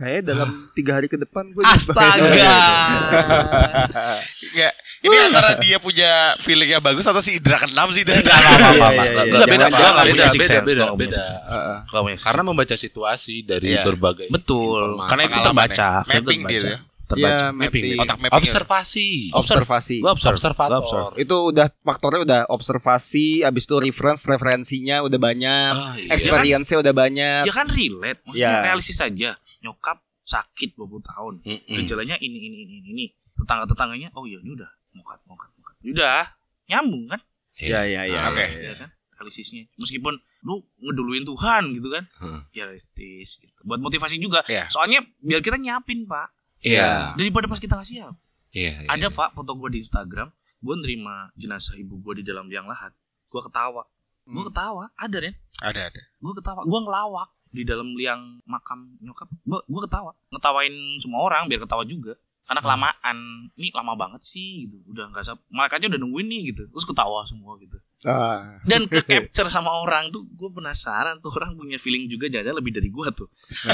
Speaker 3: Kayaknya dalam tiga hari ke depan gue Ah,
Speaker 1: Nggak, ini antara dia punya feelingnya bagus atau si Indra keenam sih dari
Speaker 2: Enggak apa-apa, enggak
Speaker 3: Iya, iya,
Speaker 2: apa-apa.
Speaker 3: iya.
Speaker 2: Enggak beda,
Speaker 3: Jangan,
Speaker 2: Pak. Enggak
Speaker 3: jangan,
Speaker 2: punya
Speaker 4: beda,
Speaker 2: sixth
Speaker 4: beda,
Speaker 2: sense,
Speaker 4: beda,
Speaker 2: enggak punya
Speaker 4: beda.
Speaker 2: sixth sense.
Speaker 3: Heeh.
Speaker 2: Enggak punya sixth
Speaker 4: Karena
Speaker 2: sense.
Speaker 4: membaca situasi dari
Speaker 1: Iya.
Speaker 4: berbagai
Speaker 2: betul,
Speaker 4: informasi.
Speaker 2: karena itu
Speaker 1: Pengalaman
Speaker 2: terbaca,
Speaker 1: ya.
Speaker 2: Itu
Speaker 1: Mapping dia
Speaker 2: terbaca.
Speaker 1: ya.
Speaker 2: Terbaca.
Speaker 3: Iya, mapping.
Speaker 1: otak mapping
Speaker 4: observasi.
Speaker 3: Observasi.
Speaker 2: Gua observe,
Speaker 4: Observator.
Speaker 2: gua observe.
Speaker 3: Itu udah faktornya udah observasi, abis itu reference referensinya udah banyak,
Speaker 4: Ah, iya.
Speaker 3: experience-nya udah banyak.
Speaker 2: Ya kan relate, maksudnya
Speaker 3: Iya.
Speaker 2: realistis aja. Nyokap sakit 20 tahun.
Speaker 4: Mm-mm.
Speaker 2: gejalanya ini ini ini ini, ini tetangga tetangganya oh iya ini udah mokat mokat mokat Ya udah nyambung kan
Speaker 3: Iya, iya, iya.
Speaker 1: Oke.
Speaker 2: ya kan realistisnya meskipun lu ngeduluin Tuhan gitu kan
Speaker 4: Hmm.
Speaker 2: ya realistis gitu buat motivasi juga
Speaker 1: Iya.
Speaker 2: soalnya biar kita nyiapin pak
Speaker 4: Iya.
Speaker 2: daripada pas kita nggak siap
Speaker 4: Iya. iya.
Speaker 2: ada pak foto gua di Instagram gua nerima jenazah ibu gua di dalam liang lahat gua ketawa gua ketawa ada Ren
Speaker 1: ada ada
Speaker 2: gue ketawa gue ngelawak di dalam liang makam nyokap gue gue ketawa ngetawain semua orang biar ketawa juga karena
Speaker 3: Hmm.
Speaker 2: kelamaan ini lama banget sih gitu udah nggak sab mereka aja udah nungguin nih gitu terus ketawa semua gitu
Speaker 3: Ah.
Speaker 2: dan ke capture sama orang tuh gue penasaran tuh orang punya feeling juga jangan lebih dari gue tuh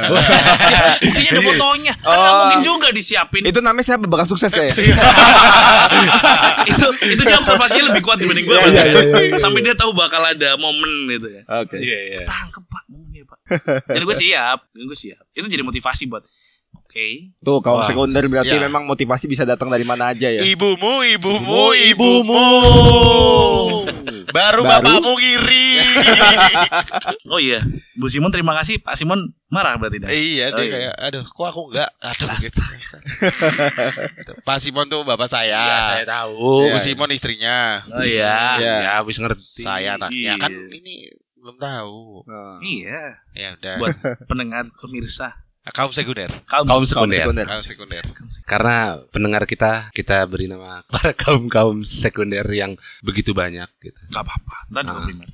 Speaker 2: kayaknya ada fotonya kan nggak
Speaker 3: Nah. Oh.
Speaker 2: mungkin juga disiapin
Speaker 3: Itu namanya siapa bakal sukses ya? kayak.
Speaker 2: itu itu dia observasinya lebih kuat dibanding gue
Speaker 3: Iya, iya, iya, iya,
Speaker 2: sampai dia tahu bakal ada momen gitu kan
Speaker 3: Oke.
Speaker 4: Iya, iya.
Speaker 2: tangkep pak momennya pak dan gue siap dan gue siap itu jadi motivasi buat oke
Speaker 3: Tuh kalau
Speaker 4: Wah.
Speaker 3: sekunder berarti
Speaker 1: Iya.
Speaker 3: memang motivasi bisa datang dari mana aja ya.
Speaker 1: ibumu ibumu ibumu baru,
Speaker 3: Baru.
Speaker 1: bapakmu kiri
Speaker 2: oh iya Bu Simon terima kasih Pak Simon marah berarti dah
Speaker 1: Iya dia
Speaker 2: Oh, iya.
Speaker 1: kayak aduh kok aku enggak aduh gitu. Pak Simon tuh bapak saya.
Speaker 4: Iya, saya tahu.
Speaker 3: Iya.
Speaker 1: Bu Simon istrinya.
Speaker 2: oh iya
Speaker 3: Iya.
Speaker 4: Ya, habis ngerti.
Speaker 1: Saya anaknya kan
Speaker 2: Iya.
Speaker 1: ini belum tahu.
Speaker 3: Ah.
Speaker 2: iya
Speaker 1: Ya udah.
Speaker 2: buat pendengar pemirsa
Speaker 1: Kaum sekunder.
Speaker 4: kaum sekunder.
Speaker 3: Sekunder.
Speaker 1: Kaum sekunder.
Speaker 4: Karena pendengar kita kita beri nama para kaum kaum sekunder yang begitu banyak. Gitu.
Speaker 2: Gak apa-apa. Ntar juga
Speaker 4: Ah.
Speaker 2: primer.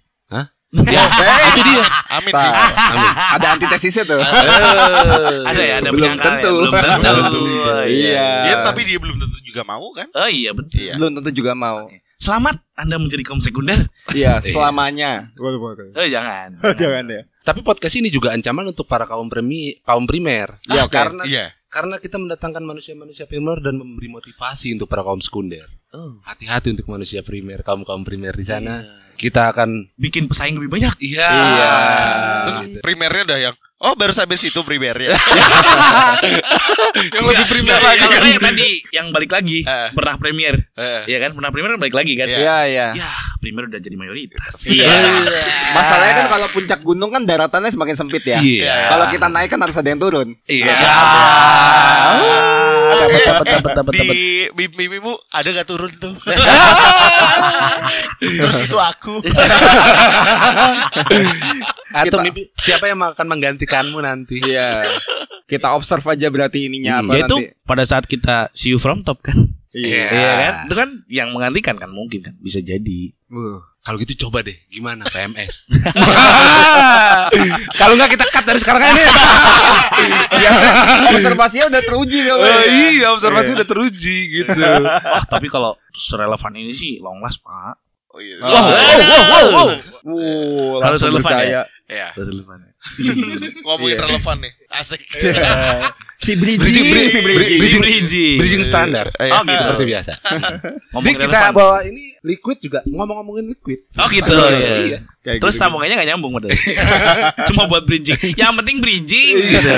Speaker 4: Ya, Itu dia.
Speaker 1: Amin sih.
Speaker 3: Pak.
Speaker 4: Amin.
Speaker 3: Ada antitesisnya tuh.
Speaker 2: Ada ya, ada
Speaker 3: Belum
Speaker 2: penyangkalan ya?
Speaker 3: tentu.
Speaker 2: Belum tentu. Oh,
Speaker 1: Dia
Speaker 3: Iya.
Speaker 1: tapi dia belum tentu juga mau kan?
Speaker 2: Oh iya betul.
Speaker 1: Iya.
Speaker 3: Belum tentu juga mau.
Speaker 2: Selamat Anda menjadi kaum sekunder.
Speaker 3: Iya, selamanya.
Speaker 2: Oh jangan.
Speaker 3: Jangan ya.
Speaker 4: Tapi podcast ini juga ancaman untuk para kaum premi kaum primer.
Speaker 3: Ya, oke.
Speaker 4: karena
Speaker 1: Iya.
Speaker 4: karena kita mendatangkan manusia-manusia primer dan memberi motivasi untuk para kaum sekunder.
Speaker 2: Oh.
Speaker 4: Hati-hati untuk manusia primer, kaum kaum primer di sana. Kita akan
Speaker 2: Bikin pesaing lebih banyak.
Speaker 4: Iya.
Speaker 1: Terus
Speaker 3: Ah.
Speaker 4: Gitu.
Speaker 1: primernya udah yang Oh baru sampai situ primernya
Speaker 4: yang lebih primer
Speaker 2: Kalau
Speaker 4: lagi.
Speaker 2: yang Iya, tadi yang balik lagi
Speaker 1: Eh.
Speaker 2: pernah premier,
Speaker 1: Eh,
Speaker 2: ya kan? Pernah premier kan balik lagi kan?
Speaker 3: Iya, iya.
Speaker 2: Ya, primer udah jadi mayoritas.
Speaker 1: Iya.
Speaker 3: Masalahnya kan kalau puncak gunung kan daratannya semakin sempit ya.
Speaker 4: Iya.
Speaker 3: Kalau kita naik kan harus ada yang turun.
Speaker 4: Iya. Ah.
Speaker 1: eh,
Speaker 2: dapat,
Speaker 1: eh,
Speaker 2: dapat, dapat,
Speaker 1: Di mim- mimpimu ada gak turun tuh Terus itu aku
Speaker 3: Iya.
Speaker 4: Atau
Speaker 3: Kita-
Speaker 4: mimpi- siapa yang akan menggantikanmu nanti?
Speaker 3: Iya. Kita observe aja berarti ininya apa
Speaker 2: Yaitu
Speaker 3: nanti.
Speaker 2: pada saat kita see you from top kan.
Speaker 3: Iya.
Speaker 2: Iya kan? Itu kan yang menggantikan kan mungkin kan bisa jadi.
Speaker 3: Wuh.
Speaker 4: Kalau gitu coba deh, gimana PMS? Kalau nggak kita cut dari sekarang aja.
Speaker 3: Observasinya udah teruji dong.
Speaker 4: Iya. Oh,
Speaker 3: ya.
Speaker 4: iya, observasi udah teruji gitu.
Speaker 2: Wah, Ah, tapi kalau serelevan ini sih long last, Pak.
Speaker 1: Oh, iya.
Speaker 3: Oh,
Speaker 2: wow, wow, wow, wow.
Speaker 3: Wuh,
Speaker 2: Harus
Speaker 3: langsung
Speaker 2: relevan
Speaker 3: percaya.
Speaker 1: Iya.
Speaker 2: Serelevan.
Speaker 1: Ngomongin
Speaker 3: Iya.
Speaker 1: relevan nih Asik
Speaker 4: Iya.
Speaker 3: Si Briji,
Speaker 4: Bridging,
Speaker 3: si Briji.
Speaker 4: bridging.
Speaker 2: Bridging,
Speaker 4: Bridging standar.
Speaker 1: Oh,
Speaker 2: gitu.
Speaker 4: Seperti biasa. Jadi
Speaker 2: Ngomongin
Speaker 4: kita
Speaker 2: relevan.
Speaker 4: bawa ini liquid juga ngomong-ngomongin liquid.
Speaker 2: Oh gitu.
Speaker 4: Iya.
Speaker 2: Iya.
Speaker 3: Kayak
Speaker 2: Terus
Speaker 3: gitu.
Speaker 2: sambungannya gak nyambung padahal. Cuma buat bridging. Yang penting bridging
Speaker 4: Iya.
Speaker 2: gitu.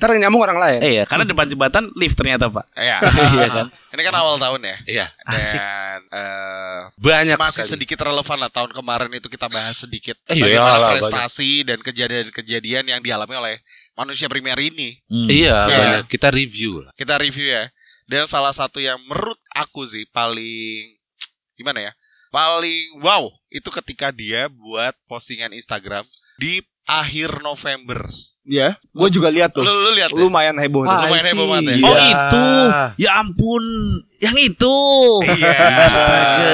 Speaker 4: Ntar yang nyambung orang lain.
Speaker 2: Eh ya, karena depan jembatan lift ternyata, Pak.
Speaker 1: Iya
Speaker 2: Iya kan?
Speaker 1: Ini kan awal tahun ya
Speaker 4: Iya,
Speaker 2: Asik.
Speaker 1: Dan eh,
Speaker 4: banyak
Speaker 1: masih
Speaker 4: sekali.
Speaker 1: sedikit relevan lah tahun kemarin itu kita bahas sedikit
Speaker 4: Eh,
Speaker 1: bagaimana
Speaker 4: iyalah,
Speaker 1: prestasi dan kejadian-kejadian yang dialami oleh manusia primer ini
Speaker 2: Hmm.
Speaker 4: Iya,
Speaker 1: Iya.
Speaker 4: banyak. Kita review lah.
Speaker 1: kita review ya. Dan salah satu yang menurut aku sih paling gimana ya? Paling wow itu ketika dia buat postingan Instagram di akhir November.
Speaker 3: Ya, gua juga lihat
Speaker 1: Lu,
Speaker 3: tuh.
Speaker 1: lu lihat ya?
Speaker 3: Lumayan heboh tuh.
Speaker 1: Ah, lumayan heboh banget ya.
Speaker 2: Oh itu. Ya ampun, yang itu.
Speaker 1: Iya.
Speaker 2: Astaga.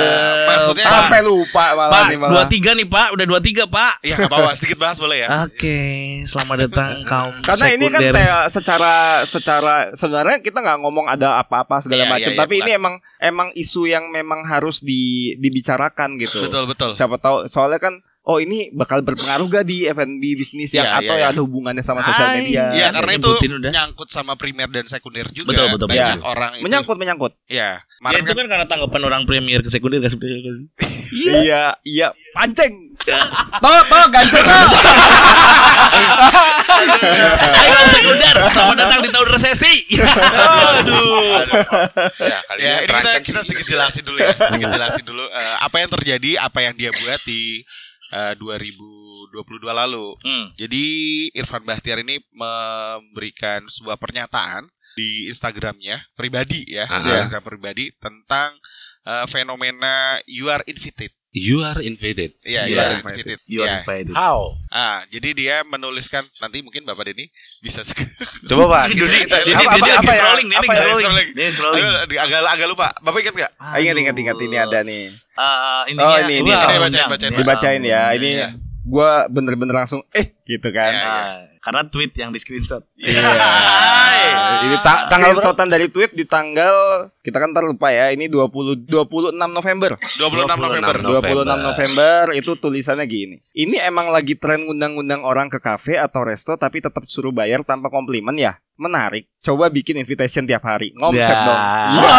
Speaker 1: Maksudnya
Speaker 3: Sampai lupa malah
Speaker 2: Pak,
Speaker 3: nih
Speaker 2: dua
Speaker 3: malah.
Speaker 2: tiga nih Pak, udah dua tiga Pak.
Speaker 1: ya nggak apa-apa sedikit bahas boleh ya.
Speaker 2: Oke, selamat datang kaum
Speaker 3: Karena ini kan
Speaker 2: sekunder.
Speaker 3: kayak secara secara sebenarnya kita nggak ngomong ada apa-apa segala
Speaker 1: Iya,
Speaker 3: macam,
Speaker 1: iya, iya,
Speaker 3: tapi
Speaker 1: bukan.
Speaker 3: ini emang emang isu yang memang harus di dibicarakan gitu.
Speaker 1: Betul betul.
Speaker 3: Siapa tahu soalnya kan oh ini bakal berpengaruh gak di F&B bisnis yang
Speaker 1: Iya,
Speaker 3: atau
Speaker 1: iya, iya.
Speaker 3: ada hubungannya sama sosial
Speaker 2: Ay.
Speaker 3: media.
Speaker 1: Iya karena itu
Speaker 2: nyebutin udah.
Speaker 1: nyangkut sama primer dan sekunder juga.
Speaker 2: Betul, betul,
Speaker 1: Banyak
Speaker 3: betul.
Speaker 1: orang itu.
Speaker 3: Menyangkut menyangkut.
Speaker 1: Iya.
Speaker 2: Ya,
Speaker 1: Kemarin
Speaker 2: itu
Speaker 1: kan
Speaker 2: kan karena tanggapan orang premier ke sekunder ke sekunder. ke sekunder.
Speaker 3: Iya, iya, pancing. Toh, toh, ganti toh.
Speaker 2: Ayo kaum sekunder, selamat datang di tahun resesi. Aduh.
Speaker 1: ya,
Speaker 2: Iya,
Speaker 4: ini
Speaker 1: ini kita,
Speaker 4: terancam
Speaker 1: kita
Speaker 4: sih.
Speaker 1: sedikit jelasin dulu ya, sedikit jelasin dulu eh, apa yang terjadi, apa yang dia buat di eh, 2022 lalu.
Speaker 2: Hmm.
Speaker 1: Jadi Irfan Bahtiar ini memberikan sebuah pernyataan di Instagramnya pribadi ya,
Speaker 2: Ah.
Speaker 4: Aha.
Speaker 1: di Instagram pribadi tentang eh, fenomena you are invited.
Speaker 4: You are invaded.
Speaker 1: Iya, you
Speaker 4: Yeah.
Speaker 1: are invited.
Speaker 2: You
Speaker 1: Iya.
Speaker 2: are invited.
Speaker 4: How?
Speaker 1: Ah, jadi dia menuliskan nanti mungkin Bapak Denny bisa sek-
Speaker 4: Coba
Speaker 2: Ini
Speaker 4: Pak.
Speaker 2: Doni, Doni,
Speaker 1: kita- apa-
Speaker 2: Doni
Speaker 1: apa-
Speaker 2: lagi
Speaker 1: apa ya?
Speaker 2: scrolling, Doni
Speaker 1: Apa ya?
Speaker 2: scrolling.
Speaker 1: Scrolling.
Speaker 2: Doni scrolling.
Speaker 1: agak agak lupa. Bapak ingat nggak?
Speaker 3: Ah, Ingat, ingat, ingat ini ada nih.
Speaker 2: Eh,
Speaker 3: Oh,
Speaker 2: intinya,
Speaker 3: ini,
Speaker 2: gua
Speaker 3: ini.
Speaker 2: salam
Speaker 1: Ini bacain,
Speaker 2: undang.
Speaker 1: bacain.
Speaker 2: Gua
Speaker 3: Dibacain
Speaker 2: salam
Speaker 3: ya,
Speaker 2: undang.
Speaker 3: ini
Speaker 1: Iya.
Speaker 3: gua bener-bener langsung eh gitu kan.
Speaker 2: Ah, karena tweet yang di screenshot.
Speaker 3: Iya. Ini ta
Speaker 4: Tanggal
Speaker 3: tanggal sotan dari tweet di tanggal kita kan ntar lupa ya. Ini 20 26 November.
Speaker 1: 26 November.
Speaker 3: 26 November itu tulisannya gini. Ini emang lagi tren ngundang-ngundang orang ke kafe atau resto tapi tetap suruh bayar tanpa komplimen ya. Menarik. Coba bikin invitation tiap hari. Ngomset
Speaker 2: Ya.
Speaker 3: dong.
Speaker 2: Ya.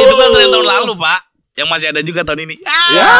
Speaker 2: Itu kan tren tahun lalu, Pak. Yang masih ada juga tahun ini.
Speaker 3: Ya.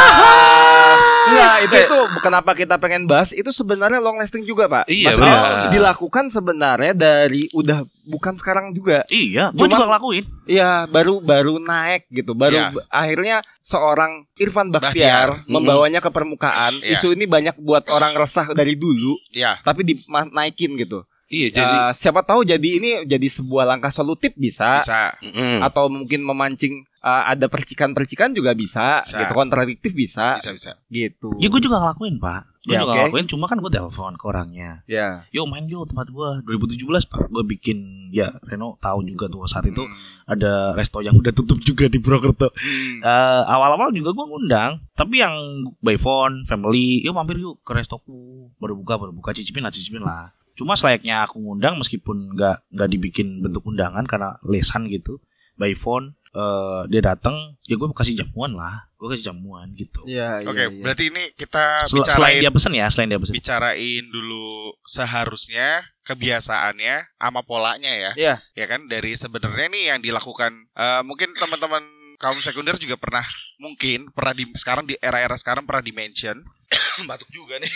Speaker 3: Nah, itu itu kenapa kita pengen bahas itu sebenarnya long lasting juga, Pak.
Speaker 4: Iya,
Speaker 3: Maksudnya
Speaker 4: benar.
Speaker 3: dilakukan sebenarnya dari udah bukan sekarang juga.
Speaker 2: Iya,
Speaker 3: gua
Speaker 2: gua
Speaker 3: juga
Speaker 2: juga ngelakuin.
Speaker 3: Iya, baru baru naik gitu. Baru
Speaker 1: Iya.
Speaker 3: b- akhirnya seorang Irfan Bakhtiar
Speaker 4: Bakhtiar.
Speaker 3: membawanya ke permukaan.
Speaker 1: Iya.
Speaker 3: Isu ini banyak buat orang resah dari dulu,
Speaker 1: Iya.
Speaker 3: tapi dinaikin gitu.
Speaker 4: Iya, jadi
Speaker 3: Eh, siapa tahu jadi ini jadi sebuah langkah solutif bisa,
Speaker 1: Bisa.
Speaker 4: Mm-mm.
Speaker 3: atau mungkin memancing eh, ada percikan-percikan juga bisa,
Speaker 1: Bisa.
Speaker 3: gitu kontradiktif
Speaker 2: Ah,
Speaker 3: bisa,
Speaker 1: bisa bisa
Speaker 3: gitu.
Speaker 2: Ya gue juga ngelakuin pak Gue
Speaker 3: Ya,
Speaker 2: juga
Speaker 3: oke.
Speaker 2: ngelakuin Cuma kan gue telepon ke orangnya
Speaker 3: Ya.
Speaker 2: Yo main yo tempat gue 2017 pak Gue bikin Ya Reno tahu juga tuh Saat itu
Speaker 1: Hmm.
Speaker 2: ada resto yang udah tutup juga di Purwokerto
Speaker 1: Hmm.
Speaker 2: Eh, Awal-awal juga gue ngundang Tapi yang by phone Family Yo mampir yuk ke restoku Baru buka baru buka Cicipin lah cicipin lah Cuma selayaknya aku ngundang Meskipun nggak nggak dibikin bentuk undangan Karena lesan gitu By phone eh, Dia datang Ya gue kasih jamuan lah Gue kasih jamuan gitu
Speaker 3: Ya,
Speaker 1: Oke,
Speaker 3: ya, ya.
Speaker 1: berarti ini kita
Speaker 2: Sel- Selain
Speaker 1: bicarain
Speaker 2: dia pesen ya Selain dia pesen
Speaker 1: bicarain dulu seharusnya kebiasaannya sama polanya ya.
Speaker 3: Iya.
Speaker 1: Ya kan dari sebenarnya nih yang dilakukan eh, mungkin teman-teman kaum sekunder juga pernah mungkin pernah di sekarang di era-era sekarang pernah di mention batuk juga nih.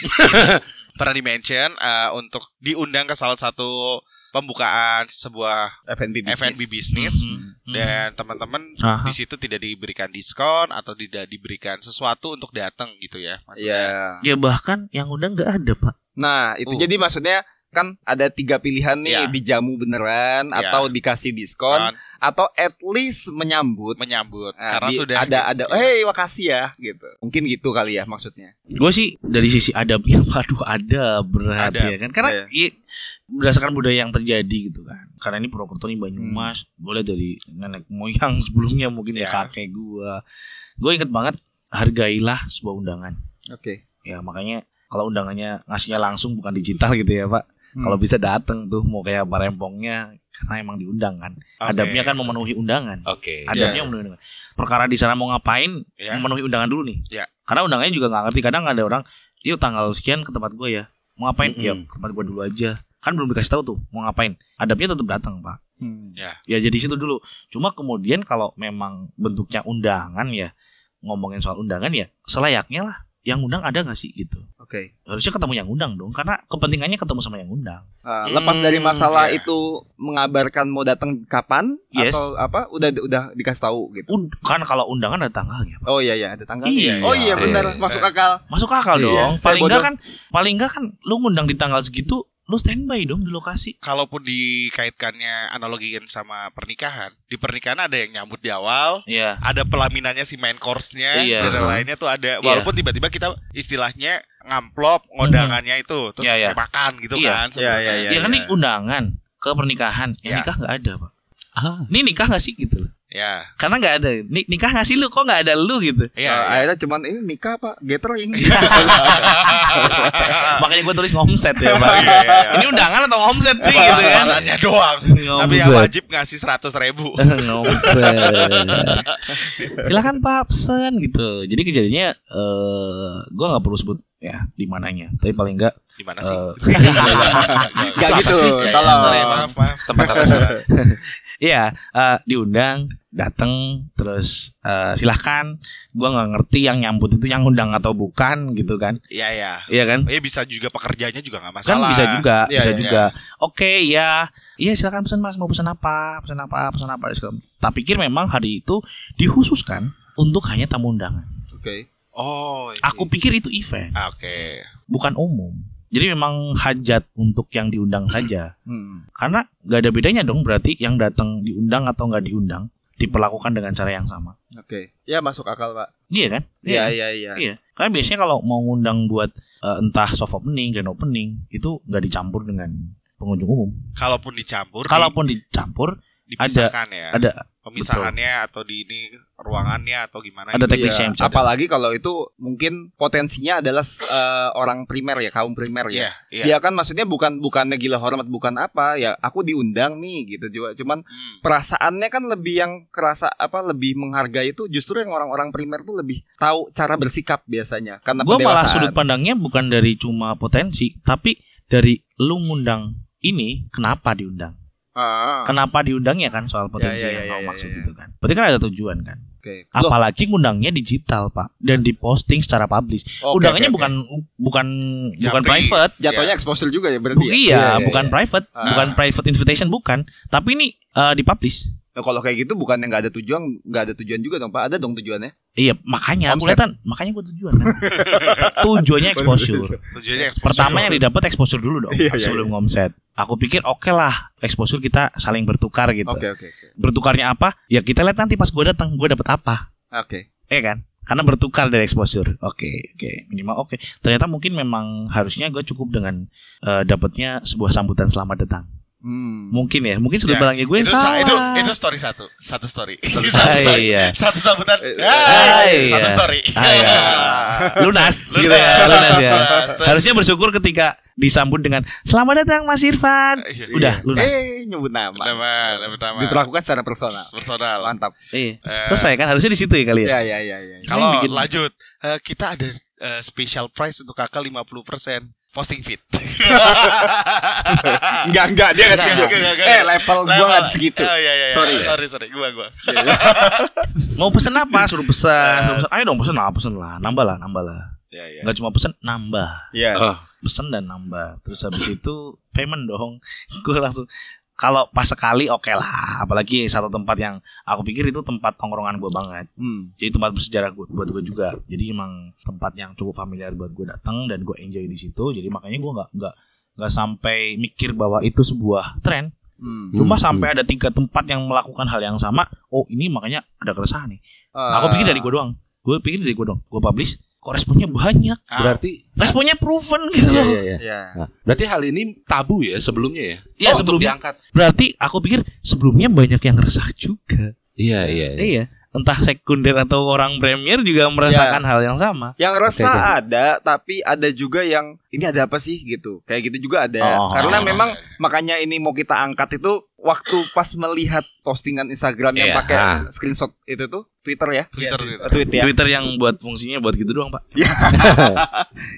Speaker 1: pernah di mention eh, untuk diundang ke salah satu pembukaan sebuah
Speaker 3: F&B bisnis. Mm-hmm.
Speaker 1: F&B bisnis
Speaker 2: Mhm.
Speaker 1: dan teman-teman
Speaker 2: Aha.
Speaker 1: di situ tidak diberikan diskon atau tidak diberikan sesuatu untuk datang gitu ya.
Speaker 3: Ya.
Speaker 2: Ya bahkan yang undang nggak ada pak.
Speaker 3: Nah, itu
Speaker 1: Uh.
Speaker 3: jadi maksudnya kan ada tiga pilihan nih
Speaker 1: Ya.
Speaker 3: dijamu beneran
Speaker 1: Ya.
Speaker 3: atau dikasih diskon
Speaker 1: Kan,
Speaker 3: atau at least menyambut
Speaker 1: menyambut
Speaker 2: Ah,
Speaker 3: Nah,
Speaker 1: karena
Speaker 3: di-
Speaker 1: sudah
Speaker 3: ada
Speaker 1: gitu.
Speaker 3: ada
Speaker 1: Iya.
Speaker 2: eh,
Speaker 3: hey makasih ya gitu mungkin gitu kali ya maksudnya
Speaker 2: Gue sih dari sisi adabnya, waduh ada berat
Speaker 1: Adab,
Speaker 2: ya kan. Karena
Speaker 1: iya.
Speaker 2: i- berdasarkan budaya yang terjadi gitu kan. Karena ini Purwokerto ini Banyumas,
Speaker 1: Hmm.
Speaker 2: boleh dari nenek moyang sebelumnya mungkin ya
Speaker 1: Ya.
Speaker 2: kakek gue. Gue inget banget hargailah sebuah undangan.
Speaker 3: oke
Speaker 2: Ya makanya kalau undangannya ngasihnya langsung bukan digital gitu ya pak.
Speaker 3: Hmm.
Speaker 2: Kalau bisa datang tuh mau kayak apa rempongnya karena emang diundang kan.
Speaker 1: Oke.
Speaker 2: Adabnya kan memenuhi undangan.
Speaker 6: Oke.
Speaker 2: Adabnya memenuhi undangan. Perkara di sana mau ngapain
Speaker 1: Ya.
Speaker 2: memenuhi undangan dulu nih.
Speaker 1: Ya.
Speaker 2: Karena undangannya juga nggak ngerti. Kadang ada orang, yuk tanggal sekian ke tempat gue ya. Mau ngapain?
Speaker 6: Mm-mm.
Speaker 2: Ya ke tempat gue dulu aja. Kan belum dikasih tahu tuh mau ngapain. Adabnya tetap datang pak.
Speaker 1: Ya.
Speaker 2: Ya jadi situ dulu. Cuma kemudian kalau memang bentuknya undangan ya ngomongin soal undangan ya selayaknya lah yang undang ada nggak sih gitu.
Speaker 3: oke
Speaker 2: Harusnya ketemu yang undang dong. Karena kepentingannya ketemu sama yang undang.
Speaker 3: Uh,
Speaker 6: Hmm,
Speaker 3: lepas dari masalah
Speaker 1: iya.
Speaker 3: itu mengabarkan mau datang kapan
Speaker 2: Yes.
Speaker 3: atau apa udah udah dikasih tahu gitu
Speaker 2: Un- kan kalau undangan ada tanggalnya.
Speaker 3: oh iya iya ada tanggal
Speaker 2: Iya.
Speaker 3: oh iya benar
Speaker 6: Iya.
Speaker 3: masuk akal
Speaker 2: Masuk akal
Speaker 3: Iya,
Speaker 2: dong.
Speaker 3: saya
Speaker 2: Paling nggak
Speaker 3: bodoh.
Speaker 2: kan paling nggak kan lu ngundang di tanggal segitu lu standby dong di lokasi.
Speaker 1: Kalaupun dikaitkannya analogiin sama pernikahan, di pernikahan ada yang nyambut di awal,
Speaker 2: Iya.
Speaker 1: ada pelaminannya si main course-nya
Speaker 2: Iya. Mm-hmm.
Speaker 1: dan lainnya tuh ada. Walaupun tiba-tiba kita istilahnya ngamplop undangannya itu terus
Speaker 2: Iya, iya.
Speaker 1: kayak makan gitu
Speaker 2: Iya.
Speaker 1: kan. sebenarnya.
Speaker 3: Iya, iya,
Speaker 2: Ya, kan ini undangan ke pernikahan. Yang
Speaker 1: Ya.
Speaker 2: nikah nggak ada, Pak.
Speaker 6: Ah.
Speaker 2: Ini nikah nggak sih gitu?
Speaker 1: Ya.
Speaker 2: Karena nggak ada. Ni- nikah nggak sih lu? Kok nggak ada lu gitu?
Speaker 1: Iya,
Speaker 3: Uh,
Speaker 1: iya.
Speaker 3: akhirnya cuman ini nikah pak gathering
Speaker 2: Makanya gue tulis ngomset ya, Pak.
Speaker 1: Iya, iya, iya.
Speaker 2: ini Oh, undangan atau ngomset sih
Speaker 1: Balas
Speaker 2: gitu kan?
Speaker 1: makanannya doang. Tapi yang
Speaker 2: Ngomset.
Speaker 1: wajib ngasih 100 ribu
Speaker 2: Ngomset. Silakan Pak pesen gitu. Jadi kejadiannya eh gue nggak perlu sebut ya di mananya. Tapi paling nggak
Speaker 1: Gimana sih?
Speaker 2: eh,
Speaker 3: Gak gitu, tolong.
Speaker 1: Sorry, maaf, maaf. Tempat apa
Speaker 2: Iya, eh, diundang, datang, terus eh, silahkan. Gua nggak ngerti yang nyambut itu yang undang atau bukan gitu kan?
Speaker 1: Iya, iya.
Speaker 2: Iya kan?
Speaker 1: Eh bisa juga pekerjaannya juga nggak
Speaker 2: Kan
Speaker 1: masalah.
Speaker 2: bisa juga,
Speaker 3: Iya,
Speaker 2: bisa
Speaker 3: iya,
Speaker 2: juga. Oke, iya. Iya, silakan pesan Mas, mau pesan apa? Pesan apa? Pesan apa? Segala- Tak pikir memang hari itu dikhususkan untuk hanya tamu undangan.
Speaker 3: oke
Speaker 6: Oh. I see.
Speaker 3: Iya.
Speaker 2: Aku pikir itu event,
Speaker 1: Ah, Oke.
Speaker 2: bukan umum. Jadi memang hajat untuk yang diundang saja.
Speaker 3: Hmm.
Speaker 2: Karena nggak ada bedanya dong berarti yang datang diundang atau nggak diundang diperlakukan dengan cara yang sama.
Speaker 3: oke ya masuk akal pak
Speaker 2: Iya kan?
Speaker 3: iya iya iya
Speaker 2: Iya. Karena biasanya kalau mau ngundang buat eh, entah soft opening, grand opening itu nggak dicampur dengan pengunjung umum.
Speaker 1: Kalaupun dicampur, di-
Speaker 2: Kalaupun dicampur,
Speaker 1: dipisahkan ya.
Speaker 2: ada
Speaker 1: pemisahannya atau di ini ruangannya atau gimana
Speaker 2: ada
Speaker 1: gitu.
Speaker 2: teknisnya
Speaker 3: Iya,
Speaker 2: yang bisa. ada.
Speaker 3: apalagi kalau itu mungkin potensinya adalah eh, orang primer ya kaum primer ya
Speaker 1: Iya, iya.
Speaker 3: Ya kan maksudnya bukan bukannya gila hormat bukan apa ya aku diundang nih gitu juga cuman
Speaker 1: Hmm.
Speaker 3: perasaannya kan lebih yang kerasa apa lebih menghargai itu justru yang orang-orang primer tuh lebih tahu cara bersikap biasanya karena
Speaker 2: Gua malah
Speaker 3: pendewasaan.
Speaker 2: sudut pandangnya bukan dari cuma potensi, tapi dari lu ngundang ini kenapa diundang?
Speaker 3: Ah,
Speaker 2: Kenapa diundangnya kan soal potensi
Speaker 3: Ya, ya,
Speaker 2: yang
Speaker 3: ya,
Speaker 2: kau
Speaker 3: ya,
Speaker 2: maksud
Speaker 3: ya, ya.
Speaker 2: itu kan. Berarti kan ada tujuan kan.
Speaker 3: oke. Loh,
Speaker 2: Apalagi ngundangnya digital, Pak, dan diposting secara publish.
Speaker 3: oke,
Speaker 2: undangannya
Speaker 3: oke,
Speaker 2: bukan bukan bukan
Speaker 1: Japri.
Speaker 2: private
Speaker 3: oke. jatuhnya exposure juga ya
Speaker 2: Bu-
Speaker 3: berarti. ya?
Speaker 2: iya,
Speaker 3: Iya, iya,
Speaker 2: bukan
Speaker 3: iya.
Speaker 2: private,
Speaker 3: Ah.
Speaker 2: bukan private invitation bukan, tapi ini eh, dipublish.
Speaker 3: Nah, kalau kayak gitu bukan yang nggak ada tujuan, nggak ada tujuan juga dong Pak. Ada dong tujuannya.
Speaker 2: Iya, makanya aku
Speaker 6: Omset.
Speaker 2: kelihatan, makanya gue tujuan kan. Tujuannya exposure.
Speaker 1: Tujuannya exposure.
Speaker 2: Pertama yang didapat exposure dulu dong
Speaker 3: Iya, iya,
Speaker 2: sebelum ngomset. Aku pikir oke lah exposure kita saling bertukar gitu.
Speaker 3: Oke oke oke.
Speaker 2: Bertukarnya apa? Ya kita lihat nanti pas gue datang gue dapat apa.
Speaker 3: Oke.
Speaker 2: Iya kan? Karena bertukar dari exposure. Oke, oke. Minimal oke. Ternyata mungkin memang harusnya gue cukup dengan eh, dapatnya sebuah sambutan selamat datang.
Speaker 3: Hmm.
Speaker 2: Mungkin ya, mungkin sudut
Speaker 1: Ya,
Speaker 2: pandangnya gue
Speaker 1: itu,
Speaker 2: salah.
Speaker 1: sa- itu itu story satu, satu story. satu
Speaker 2: Ah,
Speaker 1: story.
Speaker 2: iya.
Speaker 1: Satu sambutan.
Speaker 3: Eh,
Speaker 1: Hai,
Speaker 2: iya.
Speaker 1: satu story.
Speaker 2: Ah, iya. Lunas, gitu ya, lunas ya. Harusnya bersyukur ketika disambut dengan selamat datang Mas Irfan. Udah, lunas.
Speaker 3: Eh nyebut nama.
Speaker 1: Iya. Pertama, pertama.
Speaker 3: Diperlakukan secara personal.
Speaker 1: Personal.
Speaker 3: Mantap.
Speaker 2: Iya.
Speaker 1: Eh, iya.
Speaker 2: Selesai kan? Harusnya di situ ya kali ya.
Speaker 3: Ya ya ya ya. ya.
Speaker 1: Kalau
Speaker 2: bikin-
Speaker 1: lanjut, eh, kita ada eh, special price untuk kakak 50% posting feed.
Speaker 3: Enggak enggak dia nggak
Speaker 1: Enggak,
Speaker 3: setuju.
Speaker 1: enggak, enggak,
Speaker 3: Eh
Speaker 1: enggak.
Speaker 3: level gua nggak segitu.
Speaker 1: Oh, iya, iya, iya.
Speaker 3: Sorry, ya.
Speaker 1: sorry, sorry. Gua, gua.
Speaker 2: Mau pesen apa? Suruh pesan. Suruh pesan. Ayo dong pesen lah, pesen lah. Nambah lah, nambah lah.
Speaker 1: Eh. Iya, iya.
Speaker 2: Gak cuma pesen, nambah.
Speaker 3: Iya.
Speaker 2: Eh.
Speaker 6: Oh,
Speaker 2: pesen dan nambah terus habis itu payment dong gue langsung kalau pas sekali oke lah apalagi satu tempat yang aku pikir itu tempat tongkrongan gue banget
Speaker 3: Hmm.
Speaker 2: jadi tempat bersejarah gua- buat gue juga jadi emang tempat yang cukup familiar buat gue datang dan gue enjoy di situ jadi makanya gue nggak nggak nggak sampai mikir bahwa itu sebuah tren
Speaker 3: Hmm.
Speaker 2: cuma
Speaker 6: Hmm,
Speaker 2: sampai ada tiga tempat yang melakukan hal yang sama oh ini makanya ada keresahan nih Nah, aku pikir dari gue doang gue pikir dari gue doang gue publish kok responnya banyak
Speaker 1: Ah,
Speaker 6: berarti
Speaker 2: responnya proven gitu
Speaker 6: Iya,
Speaker 2: loh
Speaker 6: iya, iya.
Speaker 3: Iya.
Speaker 6: Nah, berarti hal ini tabu ya sebelumnya ya?
Speaker 2: Iya,
Speaker 6: Oh, untuk
Speaker 2: sebelumnya.
Speaker 6: diangkat.
Speaker 2: Berarti aku pikir sebelumnya banyak yang resah juga.
Speaker 6: Iya, iya, iya.
Speaker 2: Iya. Entah sekunder atau orang premier juga merasakan hal yang sama.
Speaker 3: Yang resah
Speaker 6: Oke,
Speaker 3: ada, tapi ada juga yang ini ada apa sih gitu. Kayak gitu juga
Speaker 2: Oh.
Speaker 3: ada. Karena memang makanya ini mau kita angkat itu waktu pas melihat postingan Instagram
Speaker 6: Iya.
Speaker 3: yang pakai
Speaker 6: Ah.
Speaker 3: screenshot itu tuh Twitter ya.
Speaker 1: Twitter,
Speaker 3: Iya,
Speaker 1: Twitter.
Speaker 3: Tweet ya.
Speaker 2: Twitter yang buat fungsinya buat gitu doang, Pak.